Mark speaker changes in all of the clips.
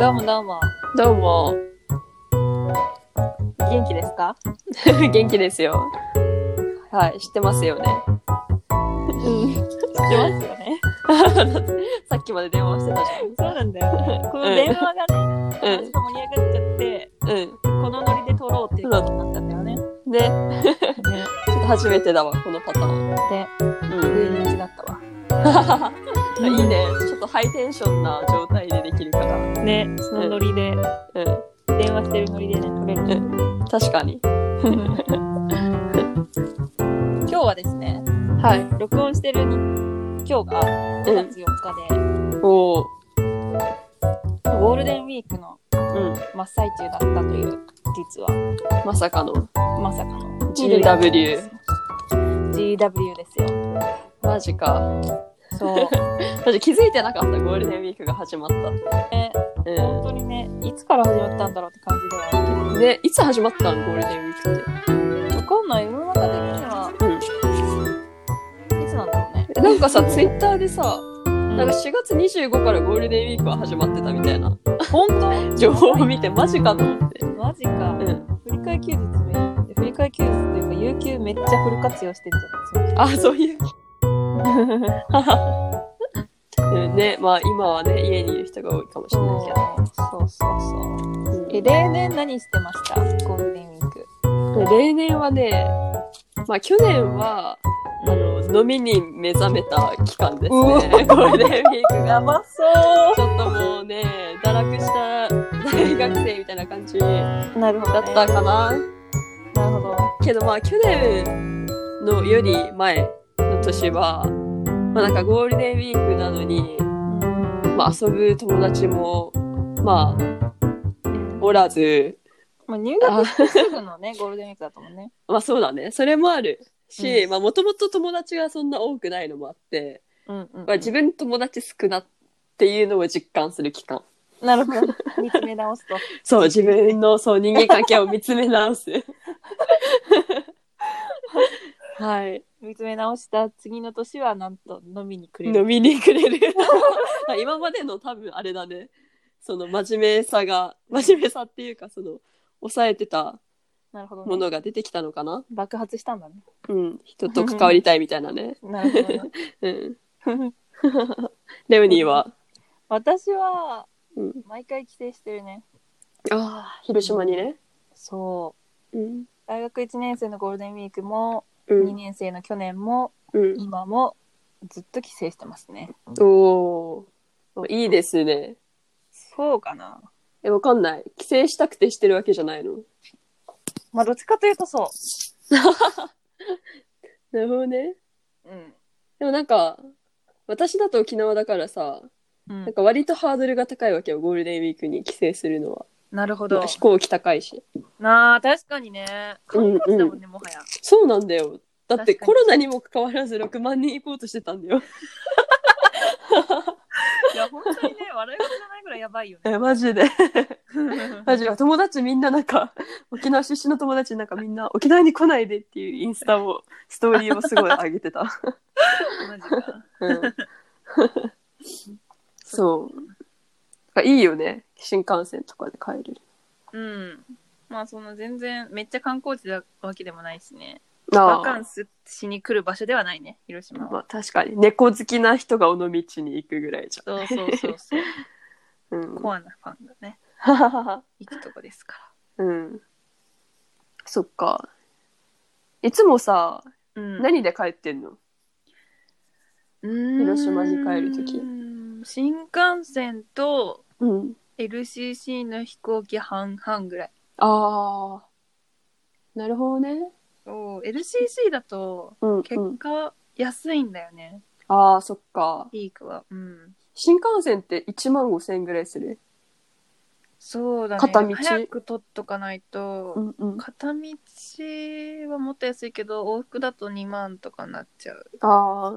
Speaker 1: どうもどうも。
Speaker 2: どうも。
Speaker 1: 元気ですか
Speaker 2: 元気ですよ。はい、知ってますよね。
Speaker 1: 知ってますよね。
Speaker 2: さっきまで電話してた
Speaker 1: そうなんだよ、ね。この電話が
Speaker 2: じゃ
Speaker 1: ね、ちょっと盛り上がっちゃって、
Speaker 2: ん。うん。
Speaker 1: このノリで撮ろうっていうことになったんだよね。
Speaker 2: うん。ね、ちょっと初めてだわ、このパターン。
Speaker 1: で、
Speaker 2: う
Speaker 1: 不意打ちだったわ。
Speaker 2: ん。 いいね。ちょっとハイテンションな状態でできるから。
Speaker 1: ね、そのノリで、
Speaker 2: う
Speaker 1: 電話してるノリでね、撮れる。
Speaker 2: ん。確かに。
Speaker 1: 今日はですね、
Speaker 2: はい。
Speaker 1: 録音してるに今日が
Speaker 2: う
Speaker 1: 9
Speaker 2: ん。
Speaker 1: 月4日で、
Speaker 2: おー。
Speaker 1: ゴールデンウィークの
Speaker 2: うん。
Speaker 1: 真っ最中だったという、実は、
Speaker 2: まさかの。
Speaker 1: まさかの。
Speaker 2: GW。
Speaker 1: GW ですよ。
Speaker 2: マジか。
Speaker 1: そう。
Speaker 2: マジ気づいてなかった、ゴールデンウィークが始まった。
Speaker 1: ね
Speaker 2: うん。
Speaker 1: 本当にね、いつから始まったんだろうって感じではあるけど。
Speaker 2: で、いつ始まったのゴールデンウィークっ
Speaker 1: わかんない世の中的には
Speaker 2: て。うん。
Speaker 1: いつなんだろうね。
Speaker 2: えなんかさ、ツイッターでさ、
Speaker 1: な
Speaker 2: なんんか
Speaker 1: か
Speaker 2: 4月25からゴールデンウィークは始まってたみたいな
Speaker 1: 本当
Speaker 2: 情報を見て、マジかと思って。
Speaker 1: マジか
Speaker 2: う。ん。
Speaker 1: 振り替え休日め振り替え休日というか有給めっちゃフル活用してんじゃん。
Speaker 2: あ、そういう。うんね、まあ今はね、家にいる人が多いかもしれない
Speaker 1: そうそうそう。
Speaker 2: けど。うん
Speaker 1: え例年何してました？ゴールデンウィーク。
Speaker 2: 例年はね、まあ去年は、あの、飲みに目覚めた期間ですね。
Speaker 1: う
Speaker 2: ゴ
Speaker 1: わ
Speaker 2: ールデンウィークが。
Speaker 1: ばそ
Speaker 2: ちょっともうね、堕落した大学生みたいな感じだ
Speaker 1: う。なるほど、
Speaker 2: ったかな。
Speaker 1: なるほど。
Speaker 2: けどまあ去年のより前の年は、まあなんかゴールデンウィークなのに、まあ遊ぶ友達も、まあ、おらず、
Speaker 1: まあ入学してすぐのねゴールデンウィークだったもんね。
Speaker 2: まあそうだね、それもあるし、
Speaker 1: うん
Speaker 2: まあもともと友達がそんな多くないのもあって、
Speaker 1: うんうん
Speaker 2: まあ自分友達少なっていうのを実感する期間。
Speaker 1: なるほど。見つめ直すと。
Speaker 2: そう、自分のそう人間関係を見つめ直す。はい。
Speaker 1: 見つめ直した次の年はなんと飲みにくれる。
Speaker 2: 飲みにくれる あ今までの多分あれだねその真面目さが真面目さっていうかその抑えてた
Speaker 1: なるほど、
Speaker 2: も
Speaker 1: ね。
Speaker 2: のが出てきたのかな、
Speaker 1: 爆発したんだね。
Speaker 2: うん人と関わりたいみたいなね
Speaker 1: なるほどね、
Speaker 2: うん レオニーは、
Speaker 1: 私は
Speaker 2: うん、
Speaker 1: 毎回帰省してるね。
Speaker 2: ああ広島にね
Speaker 1: そ
Speaker 2: うん
Speaker 1: う。大学1年生のゴールデンウィークも、
Speaker 2: う
Speaker 1: 2
Speaker 2: ん、
Speaker 1: 年生の去年も、
Speaker 2: うん、
Speaker 1: 今も、ずっと帰省してますね。
Speaker 2: おおいいですね
Speaker 1: そうかな。
Speaker 2: えわかんない帰省したくてしてるわけじゃないの
Speaker 1: まあ、どっちかというとそ
Speaker 2: なるほどね
Speaker 1: う。うん。
Speaker 2: でもなんか私だと沖縄だからさ
Speaker 1: うん
Speaker 2: なん、か割とハードルが高いわけよゴールデンウィークに帰省するのは
Speaker 1: なるほ
Speaker 2: まあ飛行機高いし。
Speaker 1: なあ、確かにね。
Speaker 2: うんうん
Speaker 1: 観光地だもんね、もはや。
Speaker 2: そうなんだよ。だって
Speaker 1: 確かに
Speaker 2: コロナにもかかわらず6万人行こうとしてたんだよ。
Speaker 1: いや、本当にね、笑い事じゃないぐらいやばいよね。
Speaker 2: え、マジで。マジで。友達みんななんか、 沖縄出身の友達なんかみんな沖縄に来ないでっていうインスタを、ストーリーをすごい上げてた。
Speaker 1: マジか。
Speaker 2: うん、 そう。だからいいよね。新幹線とかで帰れる。
Speaker 1: うん。まあ、その全然、めっちゃ観光地だわけでもないしね。
Speaker 2: あ
Speaker 1: バカ
Speaker 2: あ
Speaker 1: ンスしに来る場所ではないね、広島は。
Speaker 2: まあ確かに。猫好きな人が尾道に行くぐらいじゃ
Speaker 1: そうそうそうそう。
Speaker 2: ん。うん。
Speaker 1: コアなファンがね、行くとこですか
Speaker 2: うん。そっか。いつもさ、
Speaker 1: ら。う
Speaker 2: 何で帰ってんの広島に帰る時
Speaker 1: 時新幹線と
Speaker 2: うん。
Speaker 1: LCC の飛行機半々ぐらい。
Speaker 2: ああ。なるほどね。
Speaker 1: そう LCC だと、
Speaker 2: うん、
Speaker 1: 結
Speaker 2: うん。
Speaker 1: 果、安いんだよね、
Speaker 2: ああ、そっか。
Speaker 1: ピークは。うん。
Speaker 2: 新幹線って1万5千円ぐらいする。
Speaker 1: そうだね。
Speaker 2: 片道
Speaker 1: 早く取っとかないと、
Speaker 2: んうん。
Speaker 1: 片道はもっと安いけど、往復だと2万とかなっちゃう。
Speaker 2: ああ。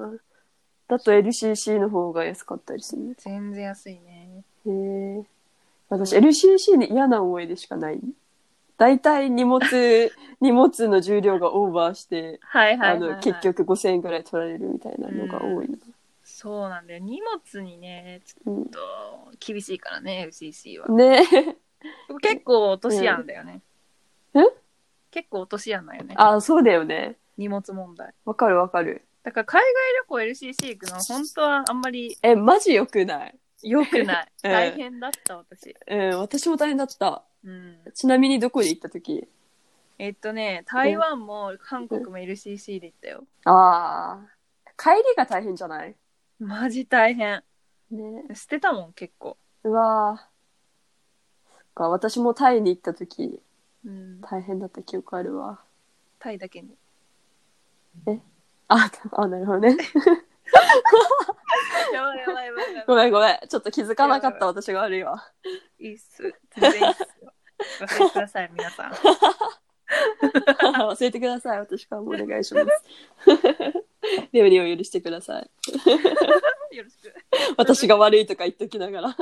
Speaker 2: だと LCC の方が安かったりするね。
Speaker 1: 全然安いね。
Speaker 2: へえ。私 LCC に嫌な思い出しかない。だいたい荷 物、荷物の重量がオーバーして、
Speaker 1: はいはい
Speaker 2: あ
Speaker 1: はい、はい。
Speaker 2: の、結局5千円ぐらい取られるみたいなのが多いな。
Speaker 1: そうなんだよ。荷物にね、ち
Speaker 2: う
Speaker 1: ょっと厳しいからね、FCC は。
Speaker 2: んね
Speaker 1: 結構落とし案だよね。
Speaker 2: うんえ
Speaker 1: 結構落とし案だよね。
Speaker 2: あ、そうだよね。
Speaker 1: 荷物問題。
Speaker 2: わかるわかる。
Speaker 1: だから海外旅行 LCC 行くの、本当はあんまり
Speaker 2: え、マジ良くない
Speaker 1: 良くない。
Speaker 2: うん
Speaker 1: 大変だった、私。
Speaker 2: うん、私も大変だった。
Speaker 1: うん。
Speaker 2: ちなみにどこで行った時
Speaker 1: えっとね、台湾も韓国も LCC で行ったよ。
Speaker 2: ああ。帰りが大変じゃない
Speaker 1: マジ大変。
Speaker 2: ね。
Speaker 1: 捨てたもん、結構。
Speaker 2: うわーそっか、私もタイに行った時、
Speaker 1: うん。
Speaker 2: 大変だった記憶あるわ。
Speaker 1: タイだけに。
Speaker 2: あ、あ、なるほ どね。
Speaker 1: やばいやばいやばいやば
Speaker 2: ごめんごめん。ちょっと気づかなかった私が悪い わ。
Speaker 1: い。いいっす。全然いいっすよ。ごめんください、皆さん。
Speaker 2: 忘れてください。私からもお願いします。 レムにを許してください。
Speaker 1: よろしく。
Speaker 2: 私が悪いとか言っときな がら。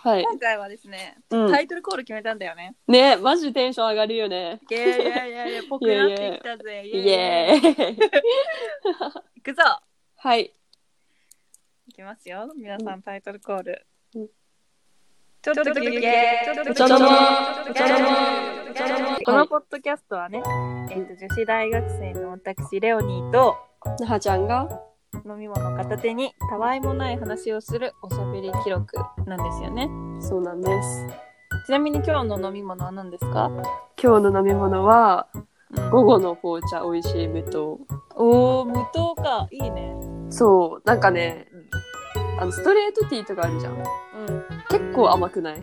Speaker 2: はい。
Speaker 1: 今回はですね、
Speaker 2: うん
Speaker 1: タイトルコール決めたんだよね。
Speaker 2: ねマジテンション上がるよね。
Speaker 1: いやいやいやいや、ぽくなってきたぜ。イ
Speaker 2: イ
Speaker 1: エーイ。
Speaker 2: エーイ。
Speaker 1: いくぞ
Speaker 2: はい。
Speaker 1: いきますよ。皆さんタイトルコール
Speaker 2: うん。
Speaker 1: ちょっと休憩。ちょっと
Speaker 2: ちょっと
Speaker 1: ギャルギャルこのポッドキャストはね、えっと女子大学生の私レオニーと
Speaker 2: なはちゃんが、
Speaker 1: 飲み物片手にたわいもない話をするおしゃべり記録なんですよね。
Speaker 2: そうなんです。
Speaker 1: ちなみに今日の飲み物は何ですか？
Speaker 2: 今日の飲み物は、
Speaker 1: うん
Speaker 2: 午後の紅茶美味しい無糖。
Speaker 1: おお無糖かいいね。
Speaker 2: そう、なんかね、あの、ストレートティーとかあるじゃん。
Speaker 1: うん。
Speaker 2: 結構甘くない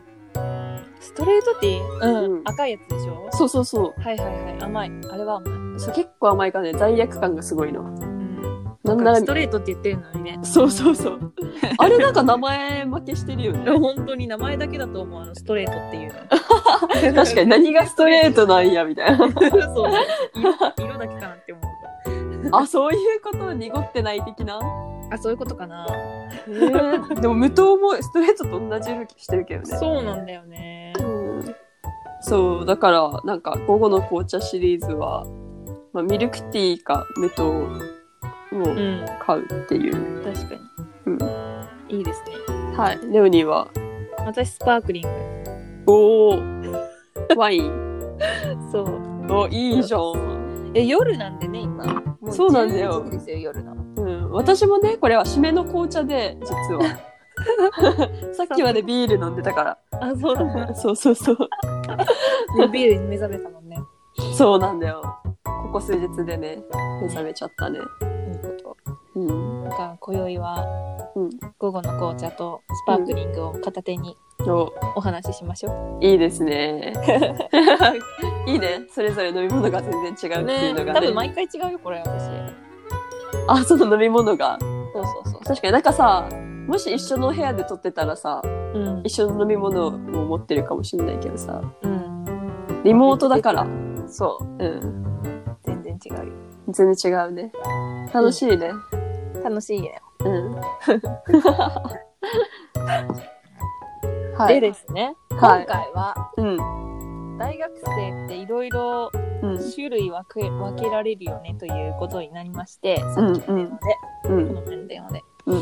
Speaker 1: ストレートティー？
Speaker 2: うん
Speaker 1: 赤いやつでしょ？
Speaker 2: そうそうそ
Speaker 1: はいはいはい甘いあれは甘い。
Speaker 2: う。そう、結構甘いからね、罪悪感がすごいの。
Speaker 1: うん。
Speaker 2: なんなら
Speaker 1: ス、トレートって言ってるのにね。
Speaker 2: そうそう そう。あれなんか名前負けしてるよね。
Speaker 1: 本当に名前だけだと思うあのストレートっていうの
Speaker 2: 確かに何がストレートなんや、みた い
Speaker 1: そ
Speaker 2: な。
Speaker 1: う色色だけかなって思う
Speaker 2: あ、そういうことを濁ってない的な。
Speaker 1: あそういうことかな、
Speaker 2: えーでも無糖もストレートと同じ動きしてるけどね。
Speaker 1: そうなんだよね
Speaker 2: うんそう、だから、なんか、午後の紅茶シリーズは、まあ、ミルクティーか無糖を
Speaker 1: うん
Speaker 2: 買うっていう。
Speaker 1: 確か
Speaker 2: うん
Speaker 1: にいいですね
Speaker 2: はい。レオニーは、
Speaker 1: 私スパークリング
Speaker 2: おー、 ワイン。
Speaker 1: そう
Speaker 2: お、いいじゃん。
Speaker 1: え夜なんでね今も
Speaker 2: そうなんだよ
Speaker 1: 11時ですよ夜の
Speaker 2: うん。私もね、これは締めの紅茶で、実 は。さっきまでビール飲んでたか
Speaker 1: あそうだ
Speaker 2: ら。 そうそうそう。
Speaker 1: ビールに目覚めたもんね
Speaker 2: そうなんだよ。ここ数日でね、目覚めちゃったね。
Speaker 1: いいこと
Speaker 2: うん。
Speaker 1: だから今宵は
Speaker 2: うん。
Speaker 1: 午後の紅茶とスパークリングを片手に
Speaker 2: お、
Speaker 1: お話ししましょ
Speaker 2: いいですね。いいね。それぞれ飲み物が全然違
Speaker 1: う
Speaker 2: うっていうのが
Speaker 1: 多
Speaker 2: ね。
Speaker 1: 分毎回違うよこれ私
Speaker 2: あ、その飲み物が。
Speaker 1: そうそうそう
Speaker 2: 確かになんかさ、もし一緒の部屋で撮ってたらさ、
Speaker 1: うん
Speaker 2: 一緒の飲み物を持ってるかもしれないけどさ、
Speaker 1: うん
Speaker 2: リモートだから、
Speaker 1: そう
Speaker 2: うん。
Speaker 1: 全然違うよ。
Speaker 2: 全然違うね。楽しいね。
Speaker 1: 楽しいね。
Speaker 2: うん。は
Speaker 1: で
Speaker 2: い。
Speaker 1: ですね、
Speaker 2: は
Speaker 1: 今回
Speaker 2: い
Speaker 1: は
Speaker 2: うん。
Speaker 1: 大学生っていろいろ
Speaker 2: うん。
Speaker 1: 種類分け分けられるよねということになりまして、さ
Speaker 2: うん
Speaker 1: っきの電話で、こ
Speaker 2: うん。
Speaker 1: の前の電話で、
Speaker 2: うん。う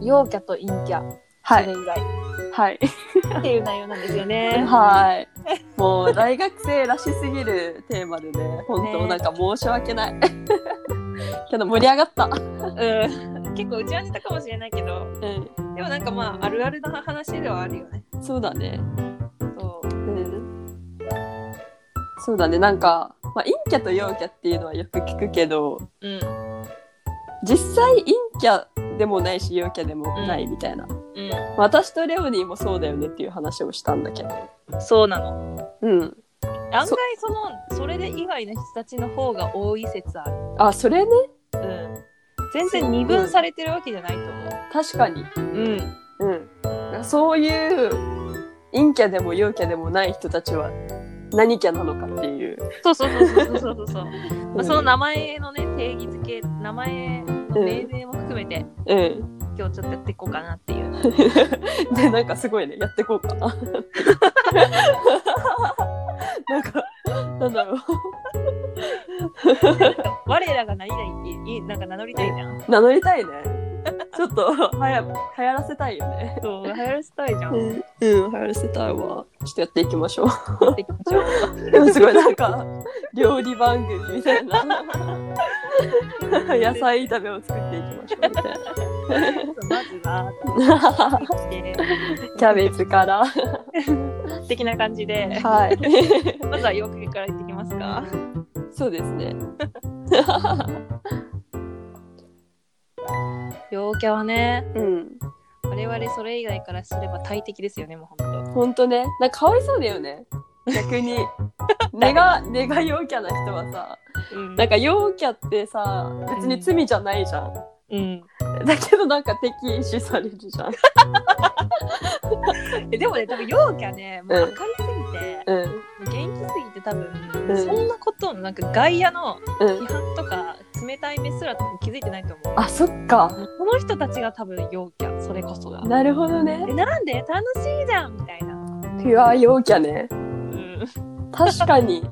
Speaker 2: ん。
Speaker 1: 陽キャと陰キャ、
Speaker 2: は
Speaker 1: そ
Speaker 2: い。
Speaker 1: れ以外
Speaker 2: はい。
Speaker 1: っていう内容なんですよね。
Speaker 2: はい。もう大学生らしすぎるテーマでね、本当なんか申し訳ない。けど盛り上がった。
Speaker 1: うん、結構うちはネタかもしれないけど、
Speaker 2: う
Speaker 1: でもなんかまああるあるな話ではあるよね。
Speaker 2: ん。そうだね。
Speaker 1: そう。
Speaker 2: うん。そうだね。なんか、まあ、陰キャと陽キャっていうのはよく聞くけど、
Speaker 1: うん。
Speaker 2: 実際陰キャでもないし陽キャでもないみたいな。
Speaker 1: う
Speaker 2: まあ私とレオニーもそうだよねっていう話をしたんだけど。
Speaker 1: ん。そうなの。
Speaker 2: うん。
Speaker 1: 案外そのそれで以外の人たちの方が多い説ある。
Speaker 2: あ、それね。
Speaker 1: うん。全然二分されてるわけじゃないと思う。
Speaker 2: 確かに。
Speaker 1: うん。
Speaker 2: うん、なんかそういう陰キャでも陽キャでもない人たちは何キャなのかっていう、
Speaker 1: そうそうそうそうそうそう。 ま
Speaker 2: う
Speaker 1: あ、
Speaker 2: ん
Speaker 1: その名前のね、定義づけ、名前の命名も含めて、
Speaker 2: うん、
Speaker 1: 今日ちょっとやっていこうかなっていう。
Speaker 2: でなんかすごいねやってこうか ななんかなんだろう
Speaker 1: 我らが何々っていいなんか名乗りたいじゃん。
Speaker 2: 名乗りたいね。ちょっと、はや、流行らせたいよね。
Speaker 1: そう、流行らせたいじゃん。
Speaker 2: うん、うん、流行らせたいわ。ちょっとやっていきましょう。
Speaker 1: やっていきましょう
Speaker 2: でもすごいなんか、料理番組みたいな。野菜炒めを作っていきましょうみたいな。
Speaker 1: まずは、
Speaker 2: キャベツから。
Speaker 1: 的な感じで、
Speaker 2: はい。
Speaker 1: まずは洋服からいってきますか。
Speaker 2: そうですね。
Speaker 1: 陽キャはね、
Speaker 2: うん。
Speaker 1: 我々それ以外からすれば大敵ですよね、もうほんと。
Speaker 2: ほんとね。なんかかわいそうだよね。逆に。根が、根が陽キャな人はさ、
Speaker 1: うん
Speaker 2: なんか陽キャってさ、別に罪じゃないじゃん。
Speaker 1: うん、
Speaker 2: だけどなんか敵視されるじゃん。
Speaker 1: えでもね、多分陽キャね、もう明るすぎて、
Speaker 2: うん。
Speaker 1: 元気すぎて多分、
Speaker 2: うん
Speaker 1: そんなことのなんか外野の
Speaker 2: うん
Speaker 1: 批。判とか冷たい目すら多分気づいてないと思う。
Speaker 2: あ、そっか。
Speaker 1: この人たちが多分陽キャ、それこそが。
Speaker 2: なるほどね
Speaker 1: え。なんで楽しいじゃんみたいな。
Speaker 2: ピュア陽キャね。
Speaker 1: うん。
Speaker 2: 確かに。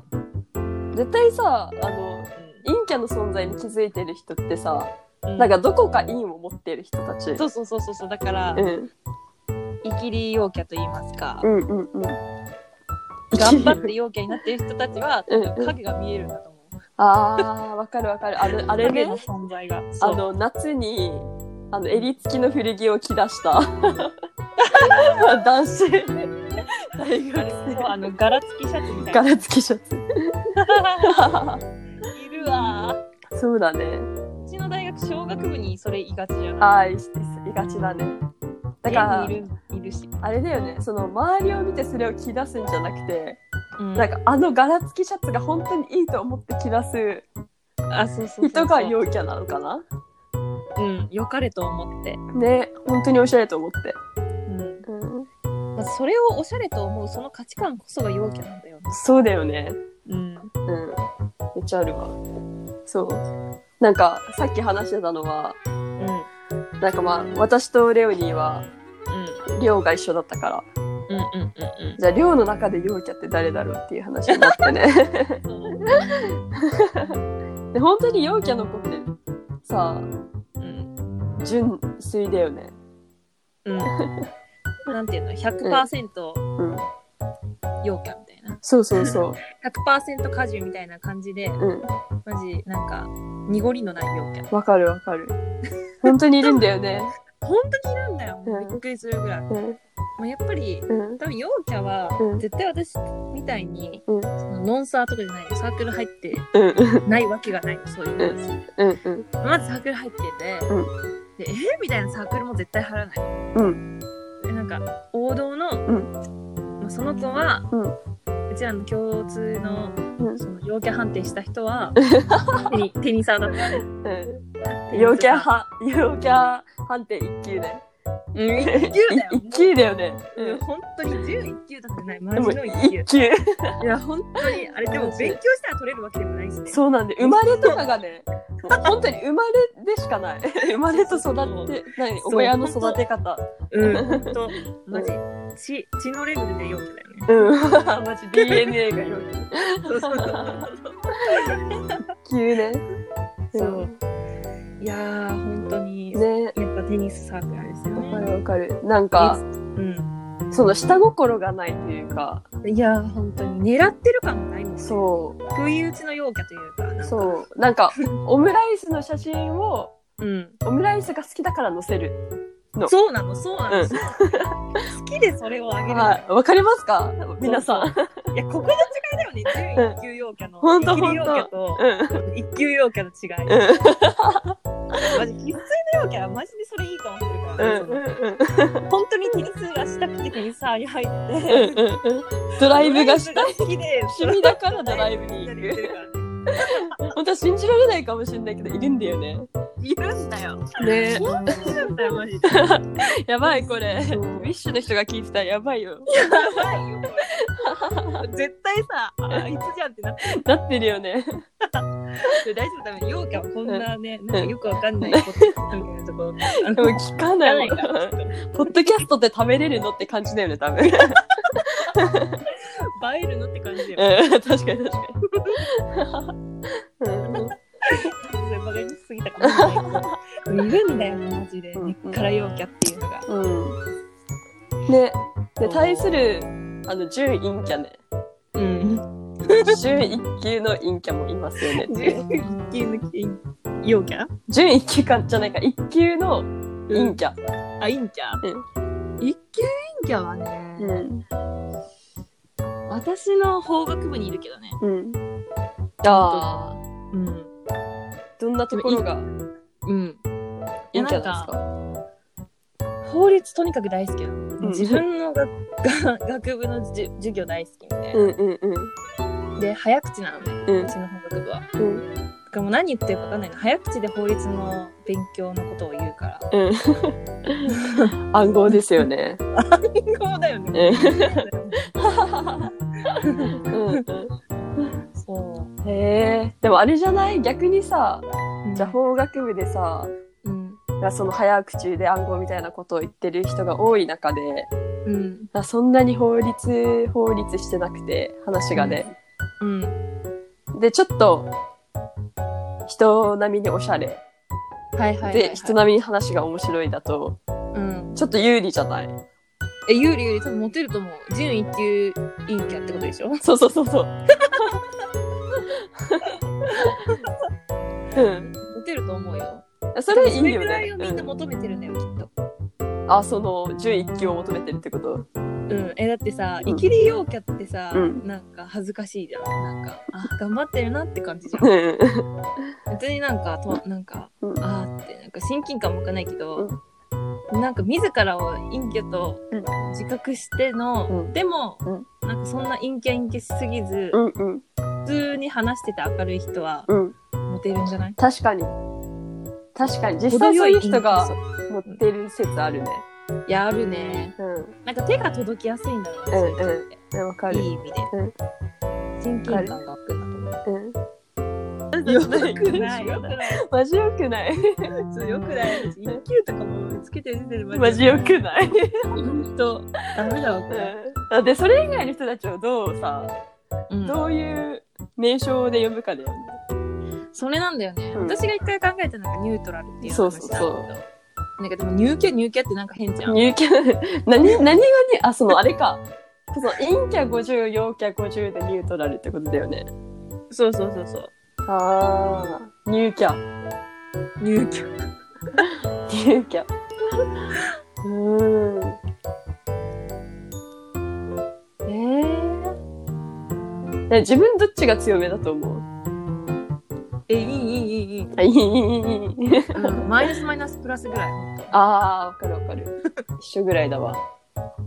Speaker 2: 絶対さ、あの、陰キャの存在に気づいてる人ってさ、なんかどこか陰を持ってる人たち。
Speaker 1: そうそうそうそうそうだから
Speaker 2: うん。
Speaker 1: イキリ陽キャと言いますか
Speaker 2: うんうんうん。
Speaker 1: 頑張って陽キャになってる人たちは
Speaker 2: うん
Speaker 1: 影が見えるんだと思う
Speaker 2: あー、わかるわかる。あの、あれ
Speaker 1: 影
Speaker 2: ね
Speaker 1: の、存在が
Speaker 2: あ
Speaker 1: そう
Speaker 2: の、夏に、あの、襟付きの古着を着出 した。男子。大
Speaker 1: あれ
Speaker 2: 学
Speaker 1: そう
Speaker 2: 生。
Speaker 1: あの柄付きシャツみたいな
Speaker 2: 柄付きシャツ。
Speaker 1: いるわ
Speaker 2: そうだね。
Speaker 1: うちの大学小学部にそれいがちじゃない
Speaker 2: ああ、いいがちだね。だから
Speaker 1: 家、にいるいるし、
Speaker 2: あれだよね、その周りを見てそれを着出すんじゃなくて、
Speaker 1: うん
Speaker 2: なんかあの柄付きシャツが本当にいいと思って着出
Speaker 1: あそうそうそう
Speaker 2: す
Speaker 1: そう
Speaker 2: 人が陽キャなのかな
Speaker 1: うん良かれと思って、
Speaker 2: ね、本当におしゃれと思って。
Speaker 1: うんまずそれをおしゃれと思うその価値観こそが陽キャなんだよね
Speaker 2: そうだよね。
Speaker 1: うん
Speaker 2: うん。めっちゃあるわ。そう。なんか、さっき話してたのは、
Speaker 1: うん
Speaker 2: なんかまあ、私とレオニーは、寮が一緒だったか
Speaker 1: う
Speaker 2: ら、
Speaker 1: んうんうんうん
Speaker 2: じゃあ寮の中で陽キャって誰だろうっていう話になっ てね。
Speaker 1: うん
Speaker 2: で、本当に陽キャの子って、さ、
Speaker 1: うん
Speaker 2: 純粋だよね。
Speaker 1: うん、なんていうの100%
Speaker 2: うん。
Speaker 1: 陽キャみたいな
Speaker 2: そうそうそう。
Speaker 1: 100%果樹みたいな感じで
Speaker 2: うん。
Speaker 1: マジなんか濁りのない陽キャ
Speaker 2: わかるわかる。本当にいるんだよね。
Speaker 1: 本当にいるんだよ、
Speaker 2: うん
Speaker 1: びっくりするぐらい、ま
Speaker 2: うん。
Speaker 1: あ、やっぱり
Speaker 2: うん。
Speaker 1: 多分陽キャは
Speaker 2: うん
Speaker 1: 絶対私みたいに、
Speaker 2: うん
Speaker 1: そのノンサーとかじゃないサークル入って
Speaker 2: うん。うん。
Speaker 1: ないわけがないのそういうやつ
Speaker 2: うん。うん。
Speaker 1: まずサークル入ってて、
Speaker 2: うん
Speaker 1: でえー、みたいなサークルも絶対入らない、
Speaker 2: うん
Speaker 1: でなんか王道の、
Speaker 2: ん
Speaker 1: まあ、その子は、
Speaker 2: う
Speaker 1: ちらの共通の
Speaker 2: うん
Speaker 1: その陽キャ判定した人 はテニテニサーだった
Speaker 2: うん。陽キャ派、陽キャ判定一級ね。
Speaker 1: うん一級だよ
Speaker 2: い一級だよね。
Speaker 1: う
Speaker 2: うんん。
Speaker 1: 本当に11級だってないマ
Speaker 2: でも
Speaker 1: ジの1級
Speaker 2: 一級。
Speaker 1: いや本当にあれでも勉強したら取れるわけでもないしね
Speaker 2: そうなんで、生まれとかがね、もう本当に生まれでしかない。生まれと育って、何
Speaker 1: そう
Speaker 2: 親の育て方。
Speaker 1: うん 本当マジ血血のレベルで陽キャだよね
Speaker 2: うん。マジ DNA が陽キャ。
Speaker 1: そうそうそうそう
Speaker 2: 一級ね。
Speaker 1: そう。いやー本当に
Speaker 2: うん。ね。
Speaker 1: やっぱテニスサークルですよ
Speaker 2: わか
Speaker 1: ね。
Speaker 2: るわかる。なんか、その下心がないというか、
Speaker 1: うん、いやー本当に狙ってる感もないもんね。
Speaker 2: そう。
Speaker 1: 不意打ちの陽キャというかなんか
Speaker 2: そう。なんか、オムライスの写真を、
Speaker 1: う、ん、
Speaker 2: オムライスが好きだから載せる。
Speaker 1: そうなのそうなの、
Speaker 2: うん
Speaker 1: そうなの好きでそれをあげるの、
Speaker 2: はい。わかりますか皆さん。
Speaker 1: い、やここの違いだよね準一級陽キャの
Speaker 2: ほんと
Speaker 1: 一級陽キャと
Speaker 2: うん。
Speaker 1: 一級陽キャの違い、
Speaker 2: うん。
Speaker 1: マジ生粋の陽キャはマジでそれいいと思ってるから、
Speaker 2: うん。
Speaker 1: その
Speaker 2: うん。
Speaker 1: 本当にテニスがしたくてテニスサーに入っ
Speaker 2: う
Speaker 1: て
Speaker 2: ん。うん。ドライブがしたい。
Speaker 1: 好きで
Speaker 2: 趣味だからドライブに行
Speaker 1: みんなで行ってる
Speaker 2: く。
Speaker 1: からね
Speaker 2: 本当は信じられないかもしれないけど、いるんだよね。
Speaker 1: いるんだよ。
Speaker 2: ね
Speaker 1: いるんだよ、マジで。
Speaker 2: やばいこれウ
Speaker 1: そう
Speaker 2: ィッシュの人が聞いてたらやばいよ
Speaker 1: やばいよ、これ。絶対さ、あいつじゃんってなって
Speaker 2: なってるよね
Speaker 1: る大丈夫だめ。ようかはこんなね、なんかよくわかんないことみたいなところ。あ
Speaker 2: で
Speaker 1: の
Speaker 2: も聞かないも
Speaker 1: 聞
Speaker 2: ん
Speaker 1: かないから
Speaker 2: ポッドキャストって食べれるのって感じだよね多分うん
Speaker 1: 映えるのって感じだよ。
Speaker 2: 確かに確か
Speaker 1: それバ
Speaker 2: に うん
Speaker 1: カにしすぎたかもしれないけど。いるんだよ、マジで。
Speaker 2: うん
Speaker 1: 根っから陽キャっていうのが。
Speaker 2: うん。ね。で、対する、あの、準陰キャね。
Speaker 1: うん。
Speaker 2: 準一級の陰キャもいますよねっていう。
Speaker 1: 一級抜き、陽キャ
Speaker 2: 準一級か、じゃないか、一級の陰キャ。
Speaker 1: あ、陰キャ一級陰キャはね、
Speaker 2: ん。
Speaker 1: 私の法学部にいるけどね。
Speaker 2: うん。ああ。
Speaker 1: うん。
Speaker 2: どんなところが
Speaker 1: うん。いや
Speaker 2: 陰キ
Speaker 1: なん
Speaker 2: ャなんで
Speaker 1: か、
Speaker 2: すか
Speaker 1: 法律とにかく大好きなの。
Speaker 2: うん
Speaker 1: 自分の学 学部のじゅ授業大好きみたいな。
Speaker 2: うんうんうん。
Speaker 1: で、早口なのね、
Speaker 2: う
Speaker 1: う
Speaker 2: ん
Speaker 1: ちの法学部は。
Speaker 2: うん。
Speaker 1: だからもう何言ってるか分かんないの。早口で法律の勉強のことを言うから。
Speaker 2: うん。暗号ですよね。
Speaker 1: そうだよね。
Speaker 2: うんうんう
Speaker 1: そ
Speaker 2: ん。へえ。でもあれじゃない逆にさ、
Speaker 1: う。
Speaker 2: じゃあ法学部でさ、
Speaker 1: うん。
Speaker 2: がその早口で暗号みたいなことを言ってる人が多い中で、
Speaker 1: うん。
Speaker 2: あそんなに法律、法律してなくて、話がね。
Speaker 1: うん。
Speaker 2: で、ちょっと、人並みにおしゃれ。
Speaker 1: はいはいはい、はい。
Speaker 2: で、人並みに話が面白いだと、
Speaker 1: うん。
Speaker 2: ちょっと有利じゃない
Speaker 1: え、有利有利多分モテると思う。準一級陰キャってことでしょ
Speaker 2: そうそうそ うそう。うん。
Speaker 1: モテると思うよ。
Speaker 2: それいい
Speaker 1: 多分それ
Speaker 2: よ
Speaker 1: ぐらい
Speaker 2: ね
Speaker 1: を。みんな求めてるんだよ、きっと。
Speaker 2: うんあ、その、準一級を求めてるってこと
Speaker 1: うん、えだってさ、
Speaker 2: う
Speaker 1: 生
Speaker 2: ん
Speaker 1: きり陽キャってさ、
Speaker 2: うん
Speaker 1: なんか恥ずかしいじゃんなんかあ頑張ってるなって感じじゃん
Speaker 2: うん。
Speaker 1: 別になんかとなんか、
Speaker 2: うん
Speaker 1: あーってなんか親近感も湧かないけど、なんか自らを陰キャと
Speaker 2: うん
Speaker 1: 自覚しての、
Speaker 2: うん
Speaker 1: でも、
Speaker 2: う
Speaker 1: なんかそんな陰キャ陰キャしすぎず、
Speaker 2: うんうん。
Speaker 1: 普通に話してて明るい人は
Speaker 2: うん。
Speaker 1: モテるんじゃない
Speaker 2: 確かに。確かに。実際そういう人が持ってる説あるね。
Speaker 1: いやあるね
Speaker 2: うん。
Speaker 1: なんか手が届きやすいんだろうね、
Speaker 2: うん
Speaker 1: そういう人って
Speaker 2: ねわか
Speaker 1: い
Speaker 2: る。
Speaker 1: い意味で、
Speaker 2: うん
Speaker 1: 親近感が湧くんだ
Speaker 2: うん。
Speaker 1: と思う
Speaker 2: よくない
Speaker 1: よくない
Speaker 2: マジ良くない。
Speaker 1: そうよくない。一級とかもつけて出てる
Speaker 2: マジ良くない。
Speaker 1: 本当ダメだわこれ。
Speaker 2: うん。で、それ以外の人たちをどうさ、
Speaker 1: うん
Speaker 2: どういう名称で呼ぶかだよね。
Speaker 1: それなんだよね。
Speaker 2: うん
Speaker 1: 私が一回考えたのがニュートラルっていう話な
Speaker 2: そ
Speaker 1: ん
Speaker 2: う
Speaker 1: だ
Speaker 2: そ
Speaker 1: け
Speaker 2: う
Speaker 1: ど。
Speaker 2: そう
Speaker 1: なんかでも入居入居ってなんか変じゃん。
Speaker 2: 入キャ、何、何がに、あ、その、あれか。その、陰キャ50、陽キャ50でニュートラルってことだよね。
Speaker 1: そうそうそうそう。
Speaker 2: ああ。ニューキャ。
Speaker 1: 入居。
Speaker 2: ニューキャ。うーん。えーえ。自分どっちが強めだと思う
Speaker 1: えいいいいいいいい。
Speaker 2: あ、いい、いい、いい。
Speaker 1: うんマイナスマイナスプラスぐらい。
Speaker 2: ああ、わかるわかる。 一緒ぐらいだわ。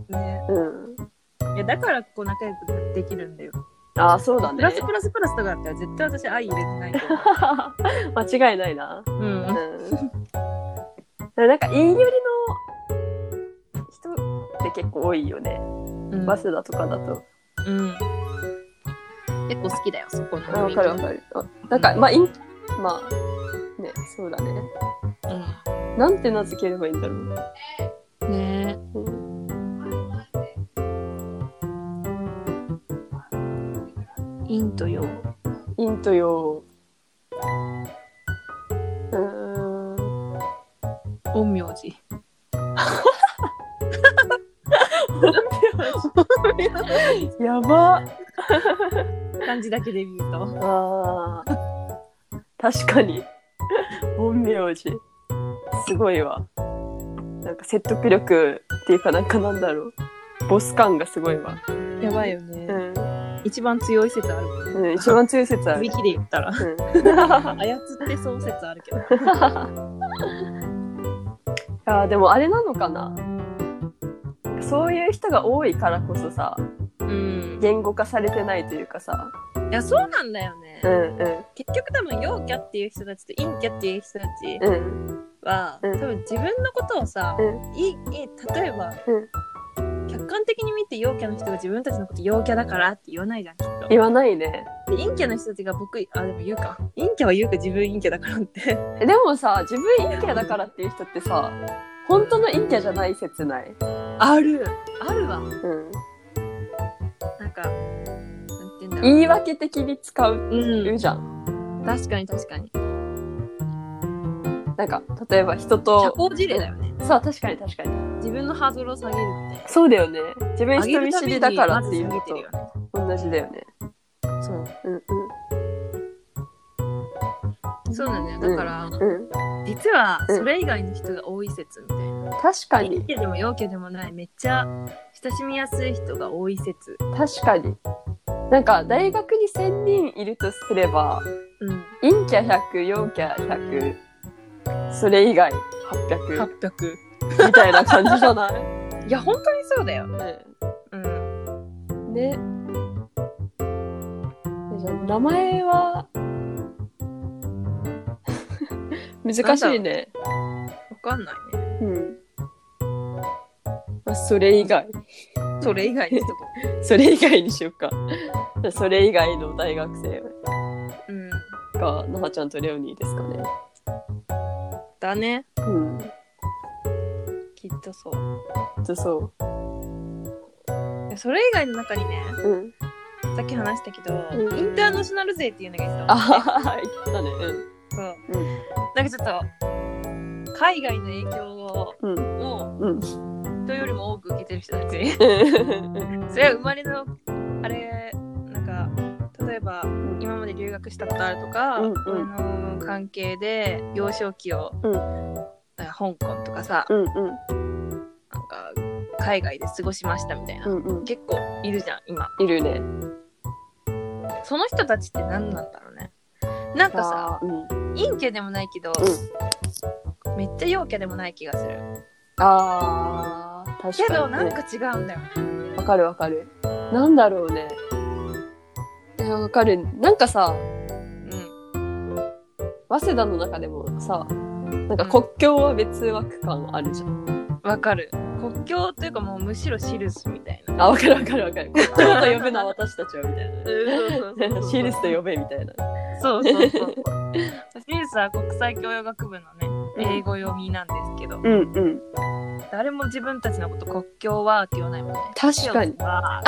Speaker 1: ね。
Speaker 2: うん。
Speaker 1: いやだからこう仲良くできるんだよ。
Speaker 2: ああ、そうだ
Speaker 1: プ
Speaker 2: ね
Speaker 1: ラ。スプラスプラスとかだったら絶対私愛入れてないと
Speaker 2: 間違いないな。
Speaker 1: 思う。うん
Speaker 2: う。ん。なんか、いい寄りの人って結構多いよね。
Speaker 1: うん
Speaker 2: バスだとかだと。
Speaker 1: うん。結構好きだよそこの
Speaker 2: あわかるわかる。あなんか、まあ、いん、まあ、ね、そうだね。なんて名付ければいいんだろ
Speaker 1: う
Speaker 2: う。
Speaker 1: ん。ねえ。
Speaker 2: うん
Speaker 1: 陰と陽。
Speaker 2: インとよ。うーん。
Speaker 1: 陰陽字。
Speaker 2: やば。
Speaker 1: 漢字だけで見ると。
Speaker 2: ああ。確かに。陰陽師。すごいわ。なんか説得力っていうかなんかなんだろう。ボス感がすごいわ。
Speaker 1: やばいよ
Speaker 2: う
Speaker 1: ね。
Speaker 2: ん。
Speaker 1: 一番強い説あるもんね。
Speaker 2: うん、一番強い説ある
Speaker 1: 響。きで言 ったら。
Speaker 2: うん
Speaker 1: 操ってそう説あるけど。
Speaker 2: あーでもあれなのかなそういう人が多いからこそさ
Speaker 1: うん。
Speaker 2: 言語化されてないというかさ
Speaker 1: いや、そうなんだよね。
Speaker 2: うんうん
Speaker 1: 結局多分、陽キャっていう人たちと陰キャっていう人たち
Speaker 2: うん
Speaker 1: は、
Speaker 2: うん
Speaker 1: 多分自分のことをさ、
Speaker 2: う
Speaker 1: いい、いい、例えば、
Speaker 2: うん
Speaker 1: 客観的に見て陽キャの人が自分たちのこと陽キャだからって言わないじゃん、きっと。
Speaker 2: 言わないね
Speaker 1: で陰キャの人たちが僕、あ、でも言うか。陰キャは言うか、自分陰キャだからって。
Speaker 2: えでもさ自分陰キャだからっていう人ってさ本当の陰キャじゃない説ない
Speaker 1: ある。あるわ。
Speaker 2: うん
Speaker 1: なんか、なんて言うんだろう。
Speaker 2: 言い訳的に使う
Speaker 1: うん。
Speaker 2: じゃん
Speaker 1: 確かに確かに。
Speaker 2: なんか例えば人
Speaker 1: 社
Speaker 2: と
Speaker 1: 交辞令だよね。
Speaker 2: さあ確かに確かに
Speaker 1: 自分のハードルを下げるって。
Speaker 2: そうだよね自分
Speaker 1: 上げ
Speaker 2: 人
Speaker 1: る
Speaker 2: 見
Speaker 1: た
Speaker 2: 知
Speaker 1: め
Speaker 2: り
Speaker 1: に
Speaker 2: だからっていう
Speaker 1: ま
Speaker 2: の
Speaker 1: ず下げてるよね
Speaker 2: と同じだよね
Speaker 1: そう。
Speaker 2: うん
Speaker 1: そうなんだよ。だから、
Speaker 2: うんうん
Speaker 1: 実はそれ以外の人が多い説みたいな。
Speaker 2: 確か
Speaker 1: 陰
Speaker 2: に
Speaker 1: キャでも陽キャでもない、めっちゃ親しみやすい人が多い説。
Speaker 2: 確かになんか大学に1000人いるとすれば
Speaker 1: うん。
Speaker 2: 陰キャ100陽キャ100それ以外800
Speaker 1: 800。
Speaker 2: みたいな感じじ ゃない、
Speaker 1: いや、本当にそうだよ。
Speaker 2: うん
Speaker 1: うん。
Speaker 2: ね。じゃあ名前は 難しいね。
Speaker 1: わかんないね。
Speaker 2: うん。まあ、それ以外。
Speaker 1: それ以外 の人も。
Speaker 2: それ以外にしようか。 それ以外の大学生
Speaker 1: うん。
Speaker 2: が、なはちゃんとレオニーですかね。
Speaker 1: だね。
Speaker 2: うん。
Speaker 1: きっとそう。
Speaker 2: ずっとそ
Speaker 1: いやそれ以外の中にね、
Speaker 2: う。うん。
Speaker 1: さっき話したけど、
Speaker 2: うん
Speaker 1: インターナショナル勢っていうのがいた
Speaker 2: あ
Speaker 1: の
Speaker 2: はは、言ったね。うん。
Speaker 1: そう。
Speaker 2: うん
Speaker 1: なんかちょっと、海外の影響
Speaker 2: うん。
Speaker 1: を、
Speaker 2: うん。
Speaker 1: 人よりも多く受けてる人たち。
Speaker 2: うん。
Speaker 1: それは生まれのあれなんか例えば今まで留学したことあるとか、
Speaker 2: うんう
Speaker 1: あのー関係で幼少期を、
Speaker 2: うん
Speaker 1: なんか香港とかさ、
Speaker 2: うん。
Speaker 1: なんか海外で過ごしましたみたいな、
Speaker 2: うん。うん。
Speaker 1: 結構いるじゃん今
Speaker 2: いるね。
Speaker 1: その人たちって何なんだろうねなんかさ
Speaker 2: あーうん。
Speaker 1: 陰キャでもないけど、めっちゃ陽キャでもない気がする
Speaker 2: あー、確かに、ね。
Speaker 1: けどなんか違うんだよね
Speaker 2: わかるわかる。なんだろうね。え、わかる。なんかさ、
Speaker 1: うん
Speaker 2: 早稲田の中でもさ、なんか国境は別枠感あるじゃん。
Speaker 1: わかる国境というかもうむしろシルスみたいな
Speaker 2: あ、わかるわかるわかる。国境と呼ぶな 私たちはみたいな。シリスと
Speaker 1: よ
Speaker 2: 呼べみたいな。
Speaker 1: そうそうそう。シリウスは国際教養学部のね、英語読みなんですけど、
Speaker 2: うんうん。
Speaker 1: 誰も自分たちのこと国境はって言わないもんね。
Speaker 2: 確かに
Speaker 1: シリウスは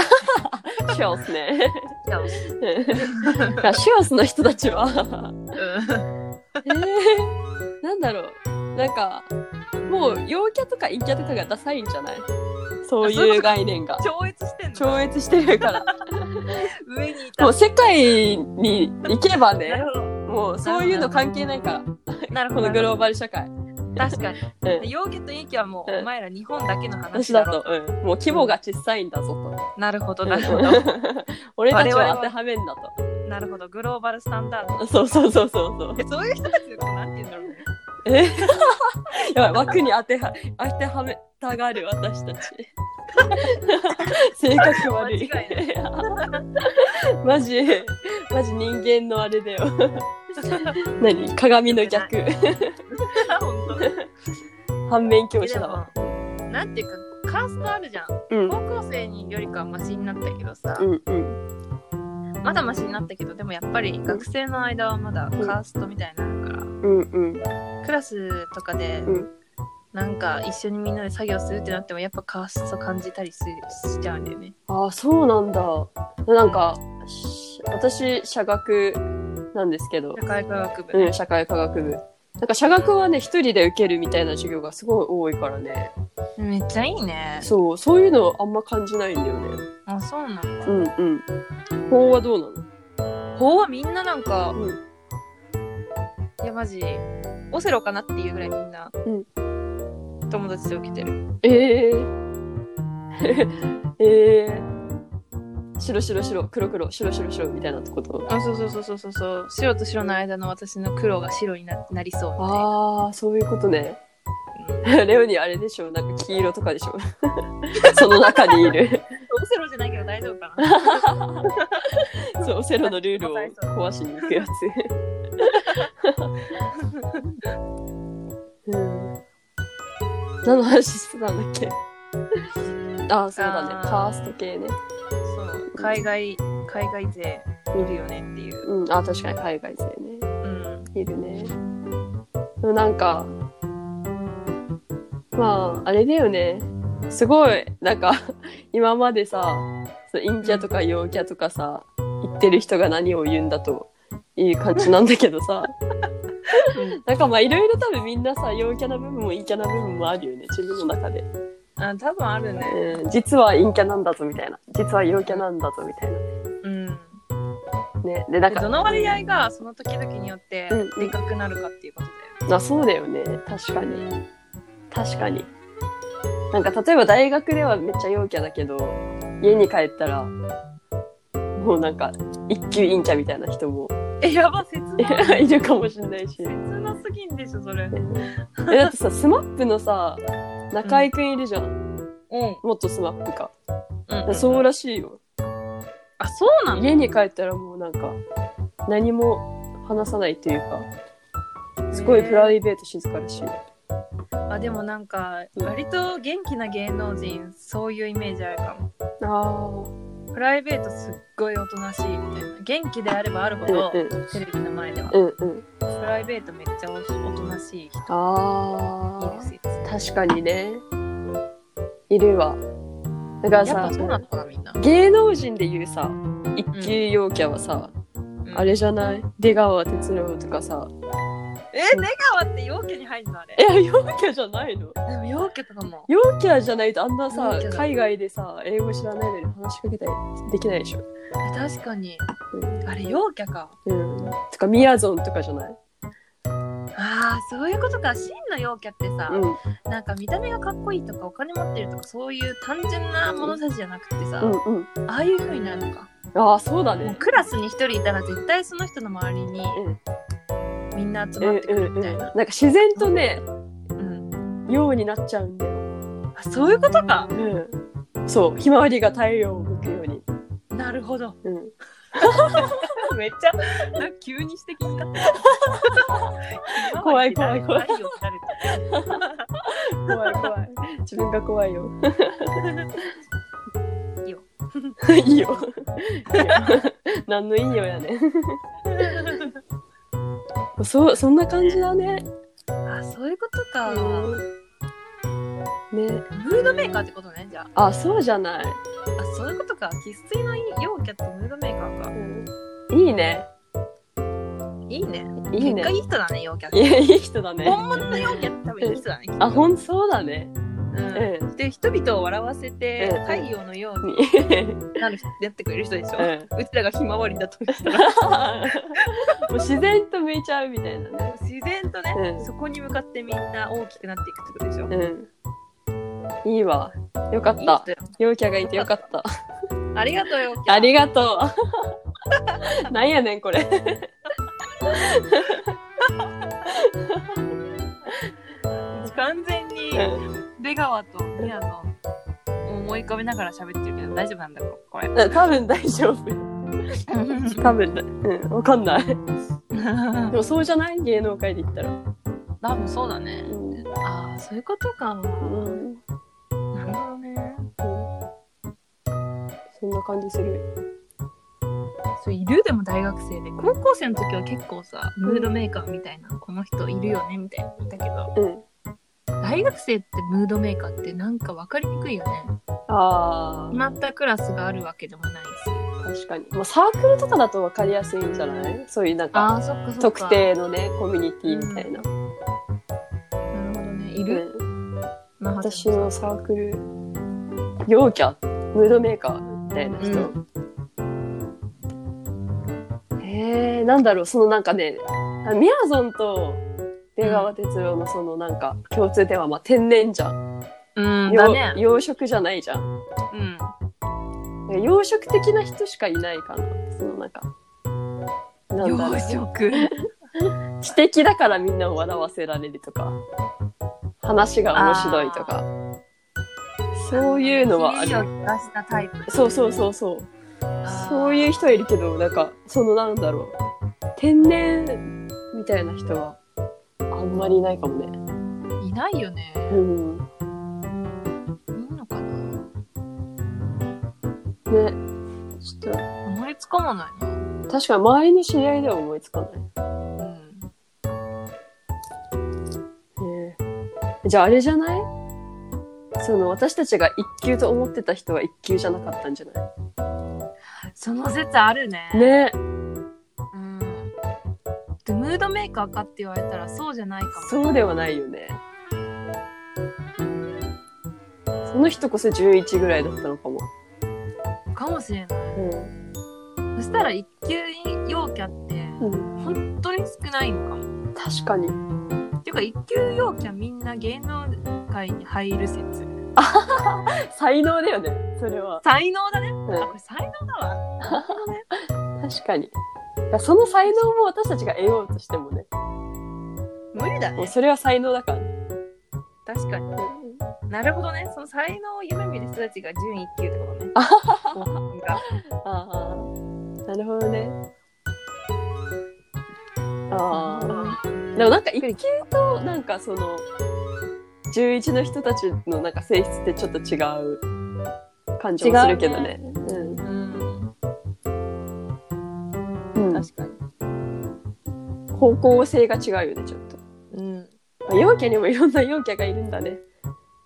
Speaker 2: シオスね。
Speaker 1: シリウス
Speaker 2: いやシオスの人たちは、
Speaker 1: うん
Speaker 2: えー、なんだろう。なんか、もう陽キャとか陰キャとかがダサいんじゃないそう
Speaker 1: あそういうこ
Speaker 2: い
Speaker 1: と
Speaker 2: う概念が。
Speaker 1: 超越してんの
Speaker 2: 超越してる から。
Speaker 1: 上にいた
Speaker 2: もう。世界に行けば
Speaker 1: な
Speaker 2: ね
Speaker 1: る、ほど。
Speaker 2: もうそういうの関係ないから、
Speaker 1: なる
Speaker 2: こ
Speaker 1: ほど。
Speaker 2: のグローバル社会。
Speaker 1: 確か
Speaker 2: うん
Speaker 1: に。陽キャと陰キャはもう、
Speaker 2: うん
Speaker 1: お前ら日本だけの話
Speaker 2: 私
Speaker 1: だ
Speaker 2: だ
Speaker 1: ろ。
Speaker 2: と、うん、もう規模が小さいんだぞ
Speaker 1: なるほど、
Speaker 2: と。
Speaker 1: なるほど。
Speaker 2: 俺たちは当てはめんだ
Speaker 1: なるほど。グローバルスタンダード。
Speaker 2: と。そうそうそうそうそう。
Speaker 1: えそういう人たちのことなんて言うんだろうね。
Speaker 2: え やばい、枠に当ては、当てはめたがる私 たち。性格悪い。
Speaker 1: 間違
Speaker 2: マジ、マジ人間のあれだよ。 何鏡の逆。
Speaker 1: 本当
Speaker 2: 反面教師だわ。
Speaker 1: でもなんていうか、カーストあるじゃん。
Speaker 2: うん。
Speaker 1: 高校生によりかはマシになったけどさ、
Speaker 2: うんうん。
Speaker 1: まだマシになったけどでもやっぱり学生の間はまだカーストみたいなのあるから、
Speaker 2: うんうん。
Speaker 1: クラスとかで、
Speaker 2: うん
Speaker 1: なんか一緒にみんなで作業するってなってもやっぱカースト感じたりすしちゃうんだよね
Speaker 2: ああ、そうなんだ。なんか、し私、社学なんですけど
Speaker 1: 社、会科学部、
Speaker 2: うん、社会科学部。なんか社学はね、一人で受けるみたいな授業がすごい多いからね。
Speaker 1: めっちゃいいね
Speaker 2: そう、そういうのあんま感じないんだよね。
Speaker 1: あそうなんだ
Speaker 2: うんうん。法はどう
Speaker 1: 法はみんななんか
Speaker 2: な、のうん。
Speaker 1: いやマジオセロかなっていうぐらいみんな、友達で受けてる
Speaker 2: ええ ええ白白白、黒黒、白白白みたいなってこと
Speaker 1: あそうそうそうそうそうそう白と白の間の私の黒が白にななりそうみたいな
Speaker 2: ああ、そういうことね。
Speaker 1: うん
Speaker 2: レオにあれでしょなんか黄色とかでしょその中にいる。
Speaker 1: オセロロじゃないけど大丈夫かな
Speaker 2: そう、セロのルールを壊しに行くやつ。うん。何の話してたんだっけああ、そうだね
Speaker 1: あ。ー
Speaker 2: カースト系ね。
Speaker 1: そう海外海外勢いるよねっていう、
Speaker 2: うん、あー確かに海外勢ね。
Speaker 1: うん、
Speaker 2: いるね。でもなんか、まあ、あれだよね。すごい、なんか、今までさ、その陰キャとか陽キャとかさ、言ってる人が何を言うんだという感じなんだけどさ。なんかまあいろいろ多分みんなさ陽キャな部分も陰キャな部分もあるよね自分の中で、
Speaker 1: あ多分あるね
Speaker 2: うん、実は陰キャなんだぞみたいな実は陽キャなんだぞみたいな
Speaker 1: うん
Speaker 2: ねでなん
Speaker 1: でど
Speaker 2: か
Speaker 1: の割合がその時々によって
Speaker 2: うんうん
Speaker 1: でかくなるかっていうことだよね
Speaker 2: あそうだよね確かに確かになんか例えば大学ではめっちゃ陽キャだけど家に帰ったらもうなんか一級陰キャみたいな人も
Speaker 1: えやば切ない
Speaker 2: いるかもしれないし
Speaker 1: 切なすぎんでしょそれ
Speaker 2: えだってさ SMAP のさ中居くんいるじゃん
Speaker 1: うん
Speaker 2: 元 SMAP か
Speaker 1: うん
Speaker 2: そうらしいよ
Speaker 1: あそうなの
Speaker 2: 家に帰ったらもうなんか何も話さないというかすごいプライベート静かだしい、
Speaker 1: あでもなんか
Speaker 2: うん
Speaker 1: 割と元気な芸能人そういうイメージあるかも
Speaker 2: あ
Speaker 1: プライベートすっごいおとなしいみたいな元気であればあるほ
Speaker 2: うん
Speaker 1: ど
Speaker 2: うん
Speaker 1: テレビの前では
Speaker 2: うんうん
Speaker 1: プライベートめっちゃおおとなしい人
Speaker 2: あ
Speaker 1: いる
Speaker 2: あ
Speaker 1: 説
Speaker 2: 確かにねいるわだから
Speaker 1: やっ
Speaker 2: さ
Speaker 1: ぱそうなのかなみんな、
Speaker 2: 芸能人でいうさ一級陽キャはさ、あれじゃない出川哲朗とかさ
Speaker 1: え出川って陽キャに入るのあれ
Speaker 2: え陽キャじゃないの
Speaker 1: でも陽キャとかも
Speaker 2: 陽キャじゃないとあんなさ
Speaker 1: 陽キャだ
Speaker 2: 海外でさ英語知らないのに話しかけたりできないでしょ、
Speaker 1: え確かに
Speaker 2: うん
Speaker 1: あれ陽キャか
Speaker 2: うん。とか、みやぞんとかじゃない
Speaker 1: あーそういうことか真の陽キャってさ、
Speaker 2: うん。
Speaker 1: なんか見た目がかっこいいとかお金持ってるとかそういう単純な物差しじゃなくてさ、
Speaker 2: うんうん。
Speaker 1: ああいう風になるのか
Speaker 2: ああ、そうだ
Speaker 1: もう
Speaker 2: ね。
Speaker 1: クラスに一人いたら絶対その人の周りに
Speaker 2: うん
Speaker 1: みんな集
Speaker 2: う
Speaker 1: ま
Speaker 2: ん
Speaker 1: ってく
Speaker 2: う
Speaker 1: る
Speaker 2: んう
Speaker 1: み
Speaker 2: ん。
Speaker 1: たい
Speaker 2: なん
Speaker 1: な、
Speaker 2: か自然とね、
Speaker 1: うん
Speaker 2: 陽になっちゃうんだよ。
Speaker 1: あそういうことか
Speaker 2: うん。そう、ひまわりが太陽を向くように。
Speaker 1: なるほ ど
Speaker 2: うん。
Speaker 1: めっちゃなんか急に指摘になった
Speaker 2: 怖い怖い怖
Speaker 1: 今まで
Speaker 2: い
Speaker 1: って誰誰よ
Speaker 2: 怖い怖い。自分が怖いよ。
Speaker 1: いいよ。
Speaker 2: いいよ。 いいよ何のいいよやね。
Speaker 1: 誰誰誰
Speaker 2: そう、そんな感じだね。
Speaker 1: あそういうことか、
Speaker 2: うんね。
Speaker 1: ムードメーカーってことねじゃあ
Speaker 2: あ、そうじゃない。
Speaker 1: あそういうことか生粋の陽キャってムードメーカーか
Speaker 2: うんいいね。
Speaker 1: いいね
Speaker 2: いいね
Speaker 1: 結果。いい人だね陽キャって
Speaker 2: いや、いい人だね。
Speaker 1: 本物の陽キャって多分いい人だねきっと
Speaker 2: あ、ほんそうだね。
Speaker 1: うん
Speaker 2: う
Speaker 1: で人々を笑わせて
Speaker 2: うん
Speaker 1: 太陽のよ
Speaker 2: ん。
Speaker 1: う
Speaker 2: に
Speaker 1: になる人やってくれる人でしょ
Speaker 2: うん。 も
Speaker 1: うちらがひまわりだとしたら
Speaker 2: う自然と向いちゃうみたいなね。
Speaker 1: 自然とね、
Speaker 2: うん
Speaker 1: そこに向かってみんな大きくなっていくってことでしょ、
Speaker 2: うん。いいわ。よかっ
Speaker 1: いい
Speaker 2: た
Speaker 1: 人。よ
Speaker 2: 陽キャがいてよかった。
Speaker 1: ありがとうよ
Speaker 2: あり
Speaker 1: が
Speaker 2: がとう。 なんやねん、これ。
Speaker 1: 完全に
Speaker 2: うん
Speaker 1: 出川とみやぞんを思い浮かべながら喋ってるけど大丈夫なんだろうこれ
Speaker 2: 多分大丈 夫。多分だ。うん、わかんない。でもそうじゃない芸能界で言ったら。
Speaker 1: 多分そうだね
Speaker 2: うん。
Speaker 1: ああそういうことかなる
Speaker 2: うん
Speaker 1: ほどね
Speaker 2: そんな感じする。
Speaker 1: そういるでも大学生で高校生の時は結構さムードメーカーみたいなこの人いるよねみたいなのいたけど
Speaker 2: うん。
Speaker 1: 大学生ってムードメーカーってなんか分かりにくいよね
Speaker 2: あ
Speaker 1: 決まったクラスがあるわけでもないし
Speaker 2: あ、確かに。まあ、サークルとかだとわかりやすいんじゃないそういうなんか、
Speaker 1: あーそっかそっか
Speaker 2: 特定のね、コミュニティみたい
Speaker 1: な
Speaker 2: な。
Speaker 1: るほどねいる、
Speaker 2: うん
Speaker 1: なはず
Speaker 2: 私のサークル陽キャムードメーカーみたいな人、へえなんだろうそのなんかねあみやぞんと出川哲朗のそのなんか共通点はまあ天然じゃん、
Speaker 1: うん
Speaker 2: よ
Speaker 1: だね
Speaker 2: 養殖じゃないじゃん
Speaker 1: うん
Speaker 2: 養殖的な人しかいないかなそのなんかなんだろう
Speaker 1: 殖
Speaker 2: 知的だからみんなを笑わせられるとか話が面白いとかそういうのはあ
Speaker 1: ひ
Speaker 2: る
Speaker 1: ねりを利かしたタイプ。
Speaker 2: そうそうそうそう
Speaker 1: あー
Speaker 2: そういう人いるけどなんかそのなんだろう天然みたいな人はあんまりいないかもね
Speaker 1: いないよね。
Speaker 2: うん
Speaker 1: いいのかな
Speaker 2: ねちょっ
Speaker 1: 思いつかまないな。
Speaker 2: と確かに周りの知り合いでは思いつかない
Speaker 1: うん。
Speaker 2: ねえじゃああれじゃないその私たちが一級と思ってた人は一級じゃなかったんじゃな
Speaker 1: その説あるね。
Speaker 2: いねえ
Speaker 1: うん。で、ムードメーカーかって言われたらそうじゃないかも。
Speaker 2: そうではないよねその人こそ11ぐらいだったのかも、
Speaker 1: かもしれない。
Speaker 2: うん
Speaker 1: そしたら一級陽キャって、本当に少ないのかも。
Speaker 2: 確かに
Speaker 1: っていうか、一級陽キャみんな芸能界に入る説。
Speaker 2: 才能だよねそれは、
Speaker 1: 才能だね。
Speaker 2: う
Speaker 1: あ、
Speaker 2: ん
Speaker 1: これ才能だわ。
Speaker 2: 確かにいやその才能も私たちが得ようとしてもね
Speaker 1: 無理だ
Speaker 2: もう。それは才能だからね
Speaker 1: 確かに。なるほどね。その才能を夢見る人たちが準一級ってことね。
Speaker 2: ああなるほどねああでもなんか一級となんかその11の人たちのなんか性質ってちょっと違う感じもするけどね。
Speaker 1: うん。
Speaker 2: うん
Speaker 1: 確かに。
Speaker 2: 方向性が違うよねちょっと。
Speaker 1: うん。
Speaker 2: まあ陽キャにもいろんな陽キャがいるんだね。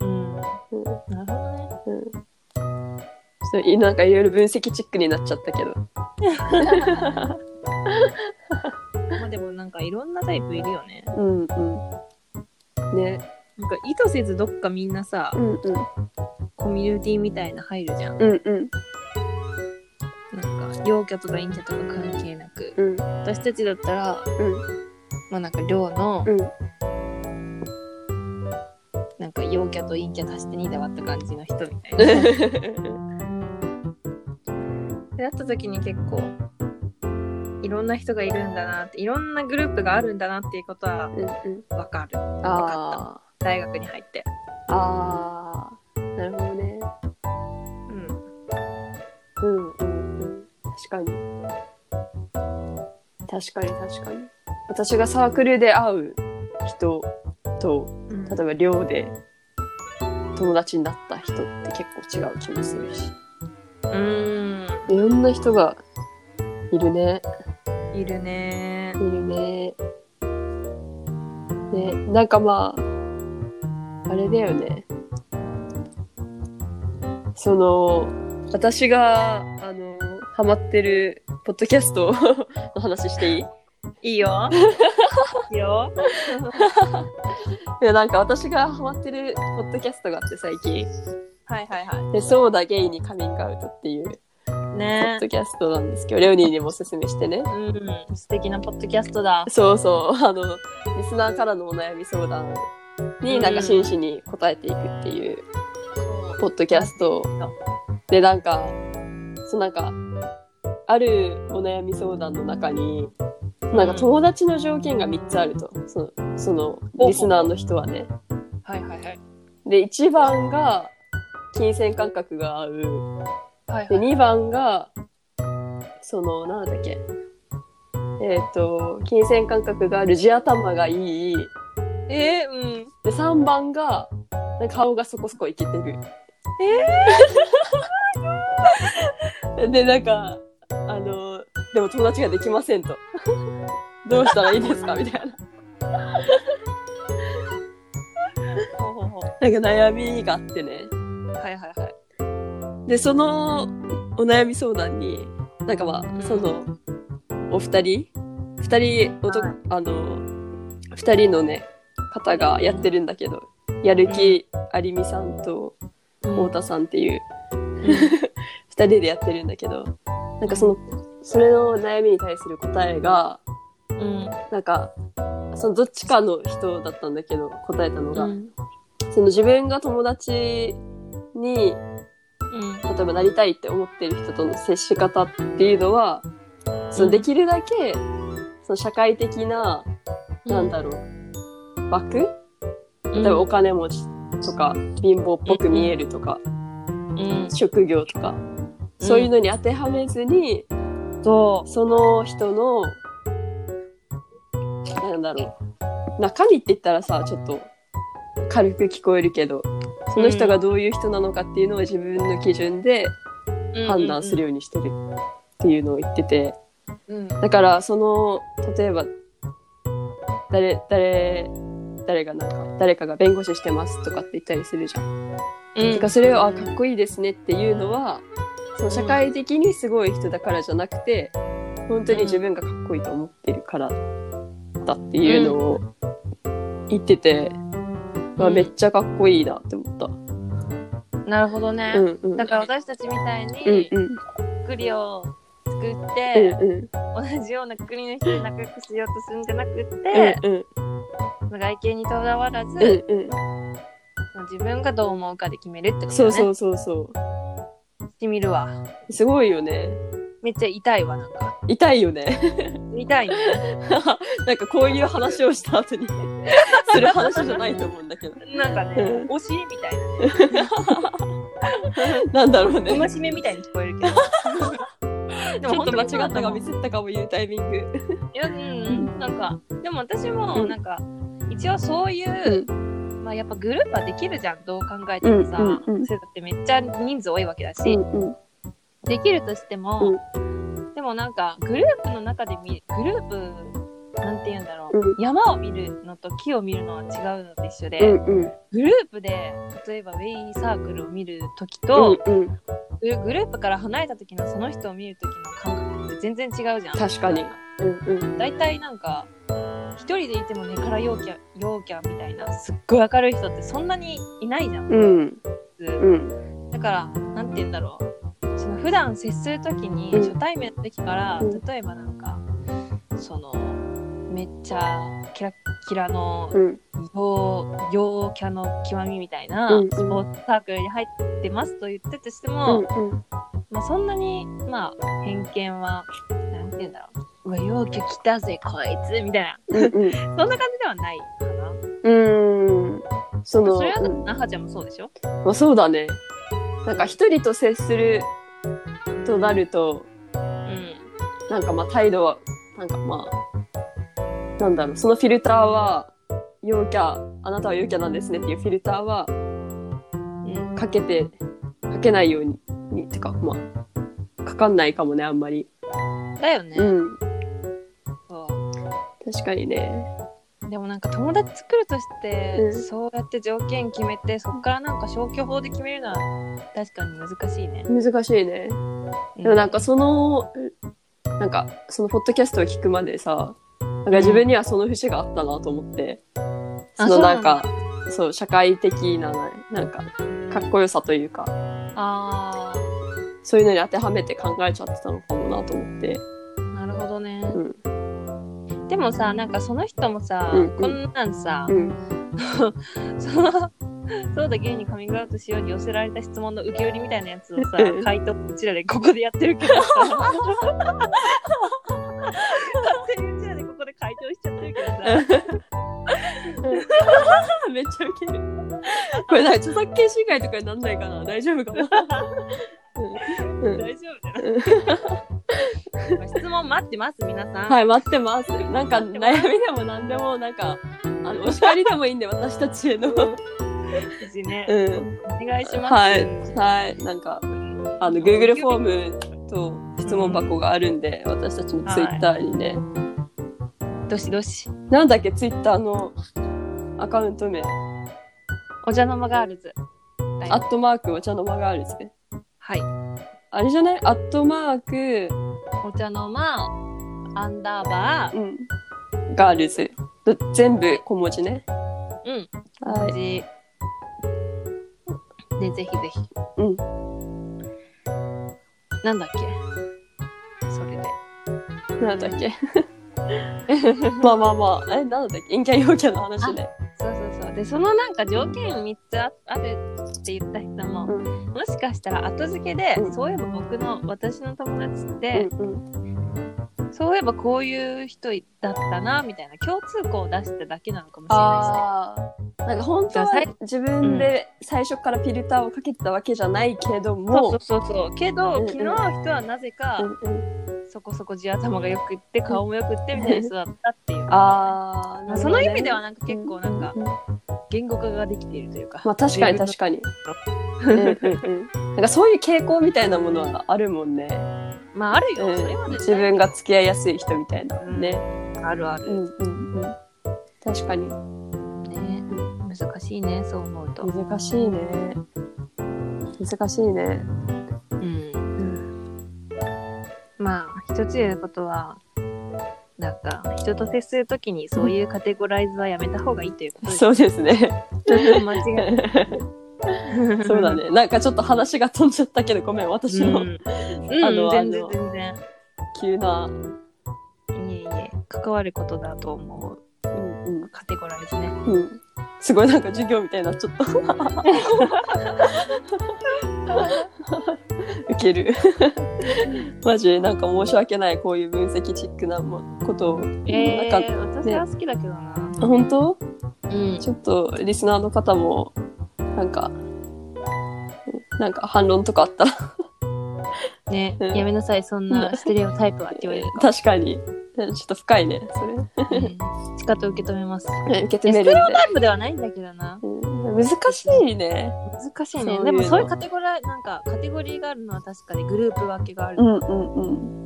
Speaker 1: うん。
Speaker 2: うん、ちょ
Speaker 1: なるほどね。
Speaker 2: っといなんかいろいろ分析チックになっちゃったけど。
Speaker 1: まあでもなんかいろんなタイプいるよね。
Speaker 2: うんうん。ね。
Speaker 1: なんか意図せずどっかみんなさ
Speaker 2: う、んうん。
Speaker 1: コミュニティみたいな入るじゃん。
Speaker 2: うんうん。
Speaker 1: なんか陽キャとか陰キャとか関係なく。
Speaker 2: うん
Speaker 1: 私たちだったら、
Speaker 2: うん
Speaker 1: まあなんか寮の、
Speaker 2: うん。
Speaker 1: なんか陽キャと陰キャ足して2で割った感じの人みたいな。 出会った時に結構いろんな人がいるんだなっていろんなグループがあるんだなっていうことは
Speaker 2: うんうん。
Speaker 1: 分かる
Speaker 2: あ
Speaker 1: 大学に入って
Speaker 2: あ。ああ。なるほどね。
Speaker 1: うん
Speaker 2: うんうんうん確かに確かに確かに私がサークルで会う人と
Speaker 1: うん
Speaker 2: 例えば寮で友達になった人って結構違う気もするし
Speaker 1: うん
Speaker 2: いろんな人がいるね
Speaker 1: いるね
Speaker 2: いるねねなんかまああれだよねその私があのハマってるポッドキャスト の話していいい
Speaker 1: いい よいいよ
Speaker 2: やなんか私がハマってるポッドキャストがあって最近
Speaker 1: はいはいは
Speaker 2: 「でそうだゲイにカミングアウト」っていう
Speaker 1: い
Speaker 2: ポッ
Speaker 1: ね
Speaker 2: ドキャストなんですけど、レオニーにもおすすめしてね
Speaker 1: うん素敵なポッドキャストだ
Speaker 2: そうそうあのリスナーからのお悩み相談になんか真摯に答えていくっていうポッドキャストでなんかそうなんかあるお悩み相談の中になんか友達の条件が3つあるとそのそのリスナーの人はね。
Speaker 1: はいはいはい
Speaker 2: で1番が金銭感覚が合う
Speaker 1: はい
Speaker 2: で2番がそのなんだっけえっ、と金銭感覚がある地頭がいい
Speaker 1: えー、うん
Speaker 2: で3番がなんか顔がそこそこイケてる。え ー、でなんかあのでも友達ができませんとどうしたらいいですかみたいな
Speaker 1: ほうほうほう
Speaker 2: なんか悩みがあってね
Speaker 1: はいはいはい
Speaker 2: でそのお悩み相談になんかまあそのお二人二人おと、
Speaker 1: はい
Speaker 2: あの二人のね方がやってるんだけどやる気ありみさんと太田さんっていう二人でやってるんだけどなんかそのそれの悩みに対する答えが
Speaker 1: うん
Speaker 2: なんかそのどっちかの人だったんだけど答えたの
Speaker 1: う
Speaker 2: が、
Speaker 1: ん
Speaker 2: その自分が友達に
Speaker 1: うん
Speaker 2: 例えばなりたいって思ってる人との接し方っていうのはそのできるだけその社会的な、なんだろう枠
Speaker 1: 例
Speaker 2: 例えばお金持ちとか貧乏っぽく見えるとか、
Speaker 1: うん
Speaker 2: 職業とか、そういうのに当てはめずに、
Speaker 1: そ
Speaker 2: その人の、なんだろう。中身って言ったらさ、ちょっと軽く聞こえるけど、その人がどういう人なのかっていうのを自分の基準で
Speaker 1: う
Speaker 2: 判断する
Speaker 1: よ、
Speaker 2: ようにしてるっていうのを言ってて、
Speaker 1: うん
Speaker 2: だからその、例えば、誰、誰、誰がなんか、誰かが弁護士してますとかって言ったりするじゃん。
Speaker 1: うん
Speaker 2: てかそれをあかっこいいですねっていうのはその社会的にすごい人だからじゃなくて本当に自分がかっこいいと思ってるからだっていうのを言ってて、まあ、
Speaker 1: うん
Speaker 2: めっちゃかっこいいなって思った。
Speaker 1: なるほどね、
Speaker 2: うんうん
Speaker 1: だから私たちみたい
Speaker 2: うん
Speaker 1: に
Speaker 2: うん
Speaker 1: くりを作っ
Speaker 2: う
Speaker 1: て、
Speaker 2: んうん
Speaker 1: 同じような国の人に仲良くしようとするんじゃなくっ
Speaker 2: うん
Speaker 1: て、
Speaker 2: うん
Speaker 1: 外見にとらわらず、
Speaker 2: うんうん
Speaker 1: 自分がどう思うかで決めるってことだね
Speaker 2: そうそうそうそ
Speaker 1: してみるわ
Speaker 2: うすごいよね
Speaker 1: めっちゃ痛いわなんか
Speaker 2: 痛いよね
Speaker 1: 痛いね
Speaker 2: なんかこういう話をした後にする話じゃないと思うんだけど
Speaker 1: なんかね
Speaker 2: うん
Speaker 1: 教えみたいな
Speaker 2: なんだろうね
Speaker 1: 戒めみたいに聞こえ るけどで
Speaker 2: ちょっと間
Speaker 1: 本
Speaker 2: 違っ
Speaker 1: 当にそうだ
Speaker 2: た
Speaker 1: と
Speaker 2: が
Speaker 1: 思う
Speaker 2: ミスったかも言うタイミング
Speaker 1: いやうんなんかでも私
Speaker 2: う
Speaker 1: も
Speaker 2: ん
Speaker 1: なんか、一応そういう、まあやっぱグループはできるじゃんどう考えてもさ、
Speaker 2: うんうんうん
Speaker 1: そういうのってめっちゃ人数多いわけだし、
Speaker 2: うんうん
Speaker 1: できるとしても、でもなんかグループの中で見グループなんて言うんだろう、
Speaker 2: う
Speaker 1: 山を見るのと木を見るのは違うのと一緒で、
Speaker 2: うんうん
Speaker 1: グループで例えばウェイサークルを見る時と、
Speaker 2: うんうん、
Speaker 1: グループから離れた時のその人を見る時の感覚って全然違うじゃん
Speaker 2: 確かにうんうん
Speaker 1: 大体なんか一人でいても根から陽キャ陽キャみたいなすっごい明るい人ってそんなにいないじゃん、
Speaker 2: うんうん
Speaker 1: だからなんて言うんだろうその普段接する時に
Speaker 2: うん
Speaker 1: 初対面の時から、
Speaker 2: うん
Speaker 1: 例えばなんかそのめっちゃキラッキラの
Speaker 2: うん
Speaker 1: 陽陽キャの極みみたいな
Speaker 2: うんうん
Speaker 1: スポーツサークルに入ってますと言ってとして
Speaker 2: う
Speaker 1: も、
Speaker 2: んうん
Speaker 1: まあ、そんなにまあ偏見はなんて言うんだろううわ陽キャ来たぜこいつみたいな
Speaker 2: うん
Speaker 1: そんな感じではないかな
Speaker 2: うんその
Speaker 1: それは
Speaker 2: う
Speaker 1: だって
Speaker 2: ん
Speaker 1: なはちゃんもそうでしょ
Speaker 2: まあ、そうだねなんか一人と接するとなると
Speaker 1: うん
Speaker 2: なんかまあ態度はなんかまあなんだろうそのフィルターは陽キャあなたは陽キャなんですねっていうフィルターは
Speaker 1: うん
Speaker 2: かけてかけないようににてかまあかかんないかもねあんまり
Speaker 1: だよね、
Speaker 2: うん
Speaker 1: そ
Speaker 2: 確かにね
Speaker 1: うでもなんか友達作るとして、
Speaker 2: うん
Speaker 1: そうやって条件決めてそこからなんか消去法で決めるのは確かに難しいね、
Speaker 2: 難しいねでもなんかその、なんかそのポッドキャストを聞くまでさ、なんか自分にはその節があったなと思って、
Speaker 1: あ
Speaker 2: その
Speaker 1: そうな
Speaker 2: なん
Speaker 1: ん
Speaker 2: か
Speaker 1: だ、
Speaker 2: そう社会的な、なんか、かっこよさというか、
Speaker 1: あ
Speaker 2: そういうのに当てはめて考えちゃってたのかもなと思って。
Speaker 1: ーなるほどね、
Speaker 2: うん。
Speaker 1: でもさなんかその人もさ、
Speaker 2: うんうん
Speaker 1: こんなんさ、
Speaker 2: うん。
Speaker 1: そのそうだ芸にカミングアウトしように寄せられた質問の受け売りみたいなやつをさ
Speaker 2: うん
Speaker 1: 回答うちらでここでやってるけどさ勝手にうちらでここで回答しちゃってるけどさ
Speaker 2: めっちゃウケる。 これなんか著作権侵害とかになんないかな大丈夫かなうんうん
Speaker 1: 大丈夫じゃない質問待ってます皆さん、
Speaker 2: はい、待ってます。なんか悩みでも何でも、なんか、あの、お叱りでもいいんで、私たちへの。
Speaker 1: 無事ね、
Speaker 2: うん。
Speaker 1: お願いします、
Speaker 2: はい、はい、なんか、あの、Google フォームと質問箱があるんで、私たちの Twitter にね、
Speaker 1: どしどし
Speaker 2: なんだっけ、Twitter のアカウント名、
Speaker 1: お茶の間ガールズはい
Speaker 2: アットマークお茶の間ガールズ。
Speaker 1: はい
Speaker 2: あれじゃないアットマーク、
Speaker 1: お茶の間アンダーバー
Speaker 2: うん、ガールズ。ど全部小文字ね。
Speaker 1: うん
Speaker 2: はい。
Speaker 1: じでぜひぜひ
Speaker 2: うん
Speaker 1: なんだっけそれで
Speaker 2: なんだっけ。 まあまあまあ、え、なんだっけ、陰キャ陽キャの話ね。
Speaker 1: そうそうそうでそのなんか条件3つああるって言った人も、
Speaker 2: うん
Speaker 1: もしかしたら後付けで、
Speaker 2: うん
Speaker 1: そういえば僕の私の友達って
Speaker 2: う、んうん
Speaker 1: そういえばこういう人だったなみたいな共通項を出しただけなのかもしれな
Speaker 2: ああ。なんか本
Speaker 1: じ
Speaker 2: 当は
Speaker 1: ゃあ最
Speaker 2: 自分で最初からフィルターをかけてたわけじゃないけど
Speaker 1: いですね。そ
Speaker 2: も
Speaker 1: う、そうそうそうけ
Speaker 2: うんう
Speaker 1: ど
Speaker 2: ん
Speaker 1: 昨日の人はなぜか
Speaker 2: うんうん
Speaker 1: そこそこ地頭がよくって顔もよくってみたいな人だったっていう
Speaker 2: あ
Speaker 1: ま
Speaker 2: あ、
Speaker 1: あその意味で
Speaker 2: は
Speaker 1: はなんか結構なんか言語化ができているというか
Speaker 2: まあ確かに確かに。うんうんうんなんかそういう傾向みたいなものはあるもんね。
Speaker 1: まああるよ、
Speaker 2: うん
Speaker 1: それは絶
Speaker 2: 自
Speaker 1: 対
Speaker 2: 分が付き合いやすい人みたいな
Speaker 1: うん
Speaker 2: ね。
Speaker 1: あるある
Speaker 2: うんうんうん。確かに
Speaker 1: ね難しいねそう思うと、
Speaker 2: 難しいね。難しいね。
Speaker 1: うん、
Speaker 2: うん
Speaker 1: まあ一つ言えることはなんか人と接するときにそういうカテゴライズはやめた方がいいという ことです
Speaker 2: そうです ね。
Speaker 1: 間違い ない
Speaker 2: そうだね。なんかちょっと話が飛んじゃったけど、ごめん。私
Speaker 1: うん、う
Speaker 2: の
Speaker 1: ん、
Speaker 2: あの
Speaker 1: 全然
Speaker 2: あの
Speaker 1: 全然
Speaker 2: 急な。
Speaker 1: いえいえ関わることだと思う
Speaker 2: うんうん
Speaker 1: カテゴライズね
Speaker 2: うん、すごいなんか授業みたいになっちゃった。ウケる。 マジなんか申し訳ないこういう分析チックなもことを。
Speaker 1: え
Speaker 2: なん
Speaker 1: ー、
Speaker 2: か
Speaker 1: 私は好きだけどな、
Speaker 2: 本当
Speaker 1: うん
Speaker 2: ちょっとリスナーの方もなんかなんか反論とかあったら
Speaker 1: ね、
Speaker 2: うん
Speaker 1: やめなさいそんなステレオタイプはって言われる
Speaker 2: 確かにちょっと深いねそれ
Speaker 1: から、うん、しかと受け止めます
Speaker 2: ね受け
Speaker 1: い
Speaker 2: 止
Speaker 1: やステレ
Speaker 2: めるんで
Speaker 1: オタイプではないんだけどな
Speaker 2: うん難しいね。
Speaker 1: 難しい
Speaker 2: そうい
Speaker 1: ね
Speaker 2: うの
Speaker 1: でもそういうカテゴラなんかカテゴリーがあるのは確かにグループ分けがある、
Speaker 2: うんうんうん。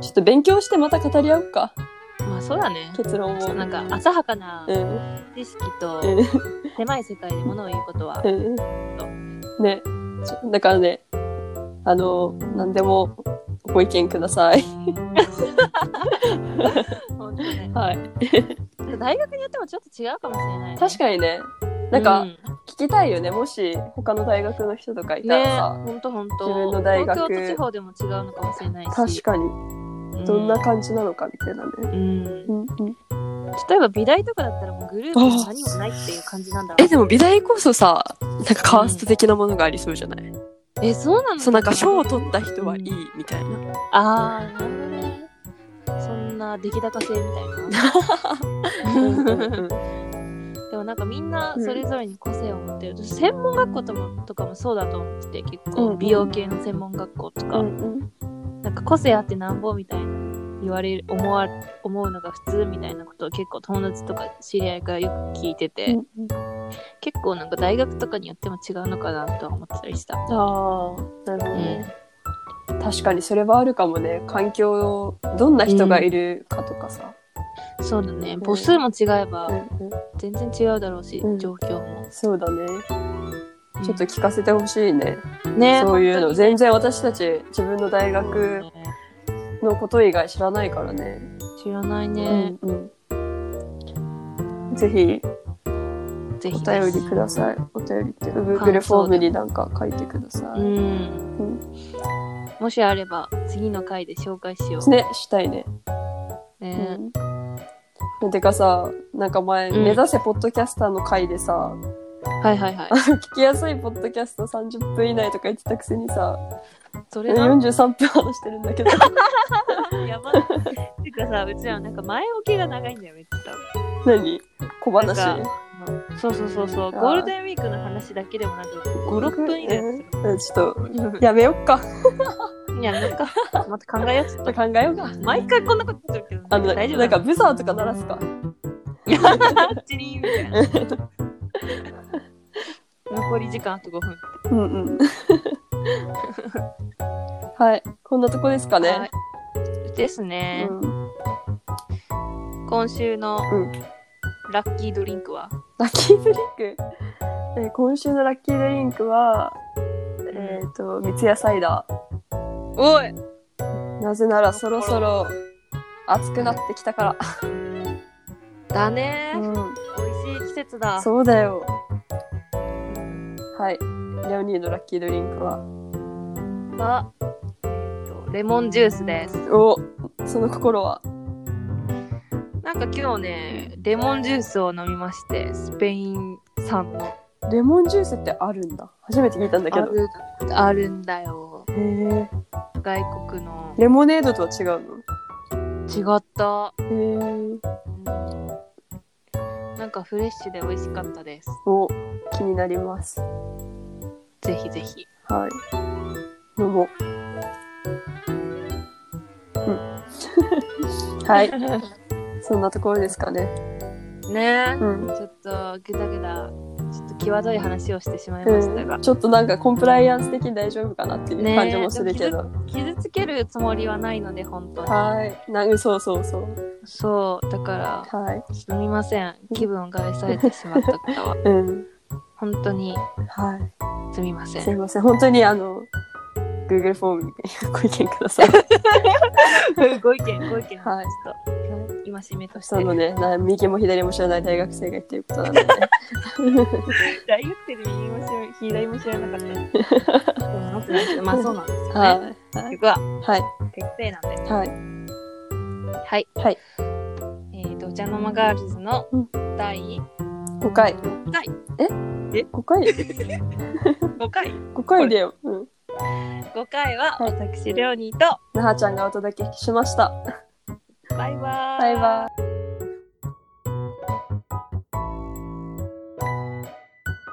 Speaker 2: ちょっと勉強してまた語り合うか
Speaker 1: まあそうだね
Speaker 2: 結論
Speaker 1: ちょっと
Speaker 2: を。
Speaker 1: なんか浅はかな
Speaker 2: うん
Speaker 1: 知識と
Speaker 2: うん
Speaker 1: 狭い世界でものを言うことは
Speaker 2: うんね、ちょだからね、あの、何でもご意見ください。
Speaker 1: 本当ね
Speaker 2: はい。
Speaker 1: 大学によってもちょっと違うかもしれないね、
Speaker 2: 確かにね、なんか
Speaker 1: う
Speaker 2: 聞きたいよね、もし他の大学の人とかいた
Speaker 1: ね
Speaker 2: らさ、
Speaker 1: 本当本当
Speaker 2: 自分の大学
Speaker 1: 東京と地方でも違うのかもしれないし
Speaker 2: 確かに、
Speaker 1: うん
Speaker 2: どんな感じなのかみたいなね。
Speaker 1: うん
Speaker 2: うんうん、
Speaker 1: 例えば美大とかだったらもうグループも何もないっていう感じなんだ
Speaker 2: えでも美大こそさなんかカースト的なものがありそうじゃない、
Speaker 1: えそうなの
Speaker 2: そうなんか賞を取った人はいいみたいな
Speaker 1: ああなるほどねそんな出来高性みたいな でもなんかみんなそれぞれに個性を持ってる、私専門学校ともとかもそうだと思ってて結
Speaker 2: うんう
Speaker 1: 構
Speaker 2: ん
Speaker 1: 美容系の専門学校とか、
Speaker 2: うん
Speaker 1: なんか個性あってなんぼみたいな言われる思わ思うのが普通みたいなことを結構友達とか知り合いからよく聞いてて、
Speaker 2: うん
Speaker 1: 結構なんか大学とかによっても違うのかなとは思ってたりした。
Speaker 2: ああ、なるほどね。確かにそれはあるかもね。環境を、どんな人がいるかとかさ。
Speaker 1: そうだね
Speaker 2: ん
Speaker 1: 母数も違えば
Speaker 2: うんうん
Speaker 1: 全然違うだろうし、
Speaker 2: うん
Speaker 1: 状況も。
Speaker 2: そうだね。
Speaker 1: うん
Speaker 2: ちょっと聞かせてほしいね。
Speaker 1: ね
Speaker 2: そういうの。
Speaker 1: 本
Speaker 2: 全然私たち、自分の大
Speaker 1: 当に
Speaker 2: 学のこと以外知らないからね。
Speaker 1: 知らないね、
Speaker 2: うんうん。ぜひ、
Speaker 1: ぜひ
Speaker 2: お
Speaker 1: です
Speaker 2: 便りください。お便りって、
Speaker 1: 感
Speaker 2: Google
Speaker 1: 想
Speaker 2: フォームになんか書いてくださ
Speaker 1: う
Speaker 2: い。
Speaker 1: ん、もしあれば次の回で紹介しよう。
Speaker 2: ね、したいね。
Speaker 1: ね
Speaker 2: うん。てかさ、なんか前、
Speaker 1: うん
Speaker 2: 目指せポッドキャスターの回でさ、
Speaker 1: はいはいはい。
Speaker 2: 聞きやすいポッドキャスト30分以内とか言ってたくせにさ、
Speaker 1: それな
Speaker 2: 43分話してるんだけど。
Speaker 1: やばい。ていうかさ、うちらなんか前置きが長いんだよ、めっちゃ
Speaker 2: 何小話
Speaker 1: なん多分。そうそうそうそう、ゴールデンウィークの話だけでもなんか5、6分以内する。
Speaker 2: うんちょっと、やめよっか。
Speaker 1: いや、なんか、また考えようちょっ
Speaker 2: 考えようか。
Speaker 1: と。毎回こんなことするけど、
Speaker 2: あの、
Speaker 1: 大丈夫
Speaker 2: なんかブザーとか鳴らすか。
Speaker 1: なチリンみたいな。 残り時間あと5分。
Speaker 2: うんうん。 はい。こんなとこですか
Speaker 1: は
Speaker 2: ね
Speaker 1: い。。ですね。
Speaker 2: うん
Speaker 1: 今週の
Speaker 2: うん
Speaker 1: ラッキードリンクは、
Speaker 2: ラッキードリンク。えー今週のラッキードリンクは、えっ、と、三ツ矢サイダ
Speaker 1: おい
Speaker 2: ー。なぜならそろそろ暑くなってきたか
Speaker 1: だね
Speaker 2: ら。うん。
Speaker 1: 美味しい季節だ
Speaker 2: そうだよ。はい。レオニーのラッキードリンクは。
Speaker 1: は、えーとレモンジュースです
Speaker 2: おその心は。
Speaker 1: なんか今日ねレモンジュースを飲みましてスペイン産の
Speaker 2: レモンジュースってあるんだ。初めて聞いたんだけ
Speaker 1: あ
Speaker 2: ど。
Speaker 1: るあるんだよ
Speaker 2: へえ。
Speaker 1: 外国の
Speaker 2: レモネードとは違うの
Speaker 1: 違った
Speaker 2: へえ。
Speaker 1: なんかフレッシュで美味しかったです
Speaker 2: お、気になります。
Speaker 1: ぜひぜひ
Speaker 2: はい。飲もう。うん。 はい。そんなところですかね。
Speaker 1: ねえ
Speaker 2: うん。
Speaker 1: ちょっとゲタゲタちょっと際どい話をしてしまいました
Speaker 2: う
Speaker 1: が
Speaker 2: ん、ちょっとなんかコンプライアンス的に大丈夫かなってい
Speaker 1: ね
Speaker 2: う感じもするけど。
Speaker 1: 傷つけるつもりはないので本当に
Speaker 2: はい。なそうそうそう。
Speaker 1: そうだから
Speaker 2: はい。
Speaker 1: すみません気分を害されてしまった方 は
Speaker 2: うん。
Speaker 1: 本当に
Speaker 2: はい。
Speaker 1: すみません
Speaker 2: すいません。本当にあの、Google フォームにご意見ください。
Speaker 1: ご意見ご意見
Speaker 2: はい
Speaker 1: ちょっと今しめとして
Speaker 2: その ね、な右も左も知らない大学生が言ってることなので。
Speaker 1: 大言ってる右も知らない左も知らなか った。でも持ってないけどまあそうなんですよね。
Speaker 2: は
Speaker 1: 結
Speaker 2: い。はい。
Speaker 1: 局は
Speaker 2: はい。
Speaker 1: 適正なんで。
Speaker 2: はい。
Speaker 1: はい。
Speaker 2: はい。
Speaker 1: えっ、ー、と、お茶の間ガールズの
Speaker 2: うん
Speaker 1: 第
Speaker 2: 5回。
Speaker 1: 6回、
Speaker 2: 5回
Speaker 1: 5回、
Speaker 2: ?5 回だよ。うん。
Speaker 1: 5回は
Speaker 2: はい
Speaker 1: 私、レオニーと、
Speaker 2: なはちゃんがお届けしました。
Speaker 1: バイバーイ。
Speaker 2: バイバイ。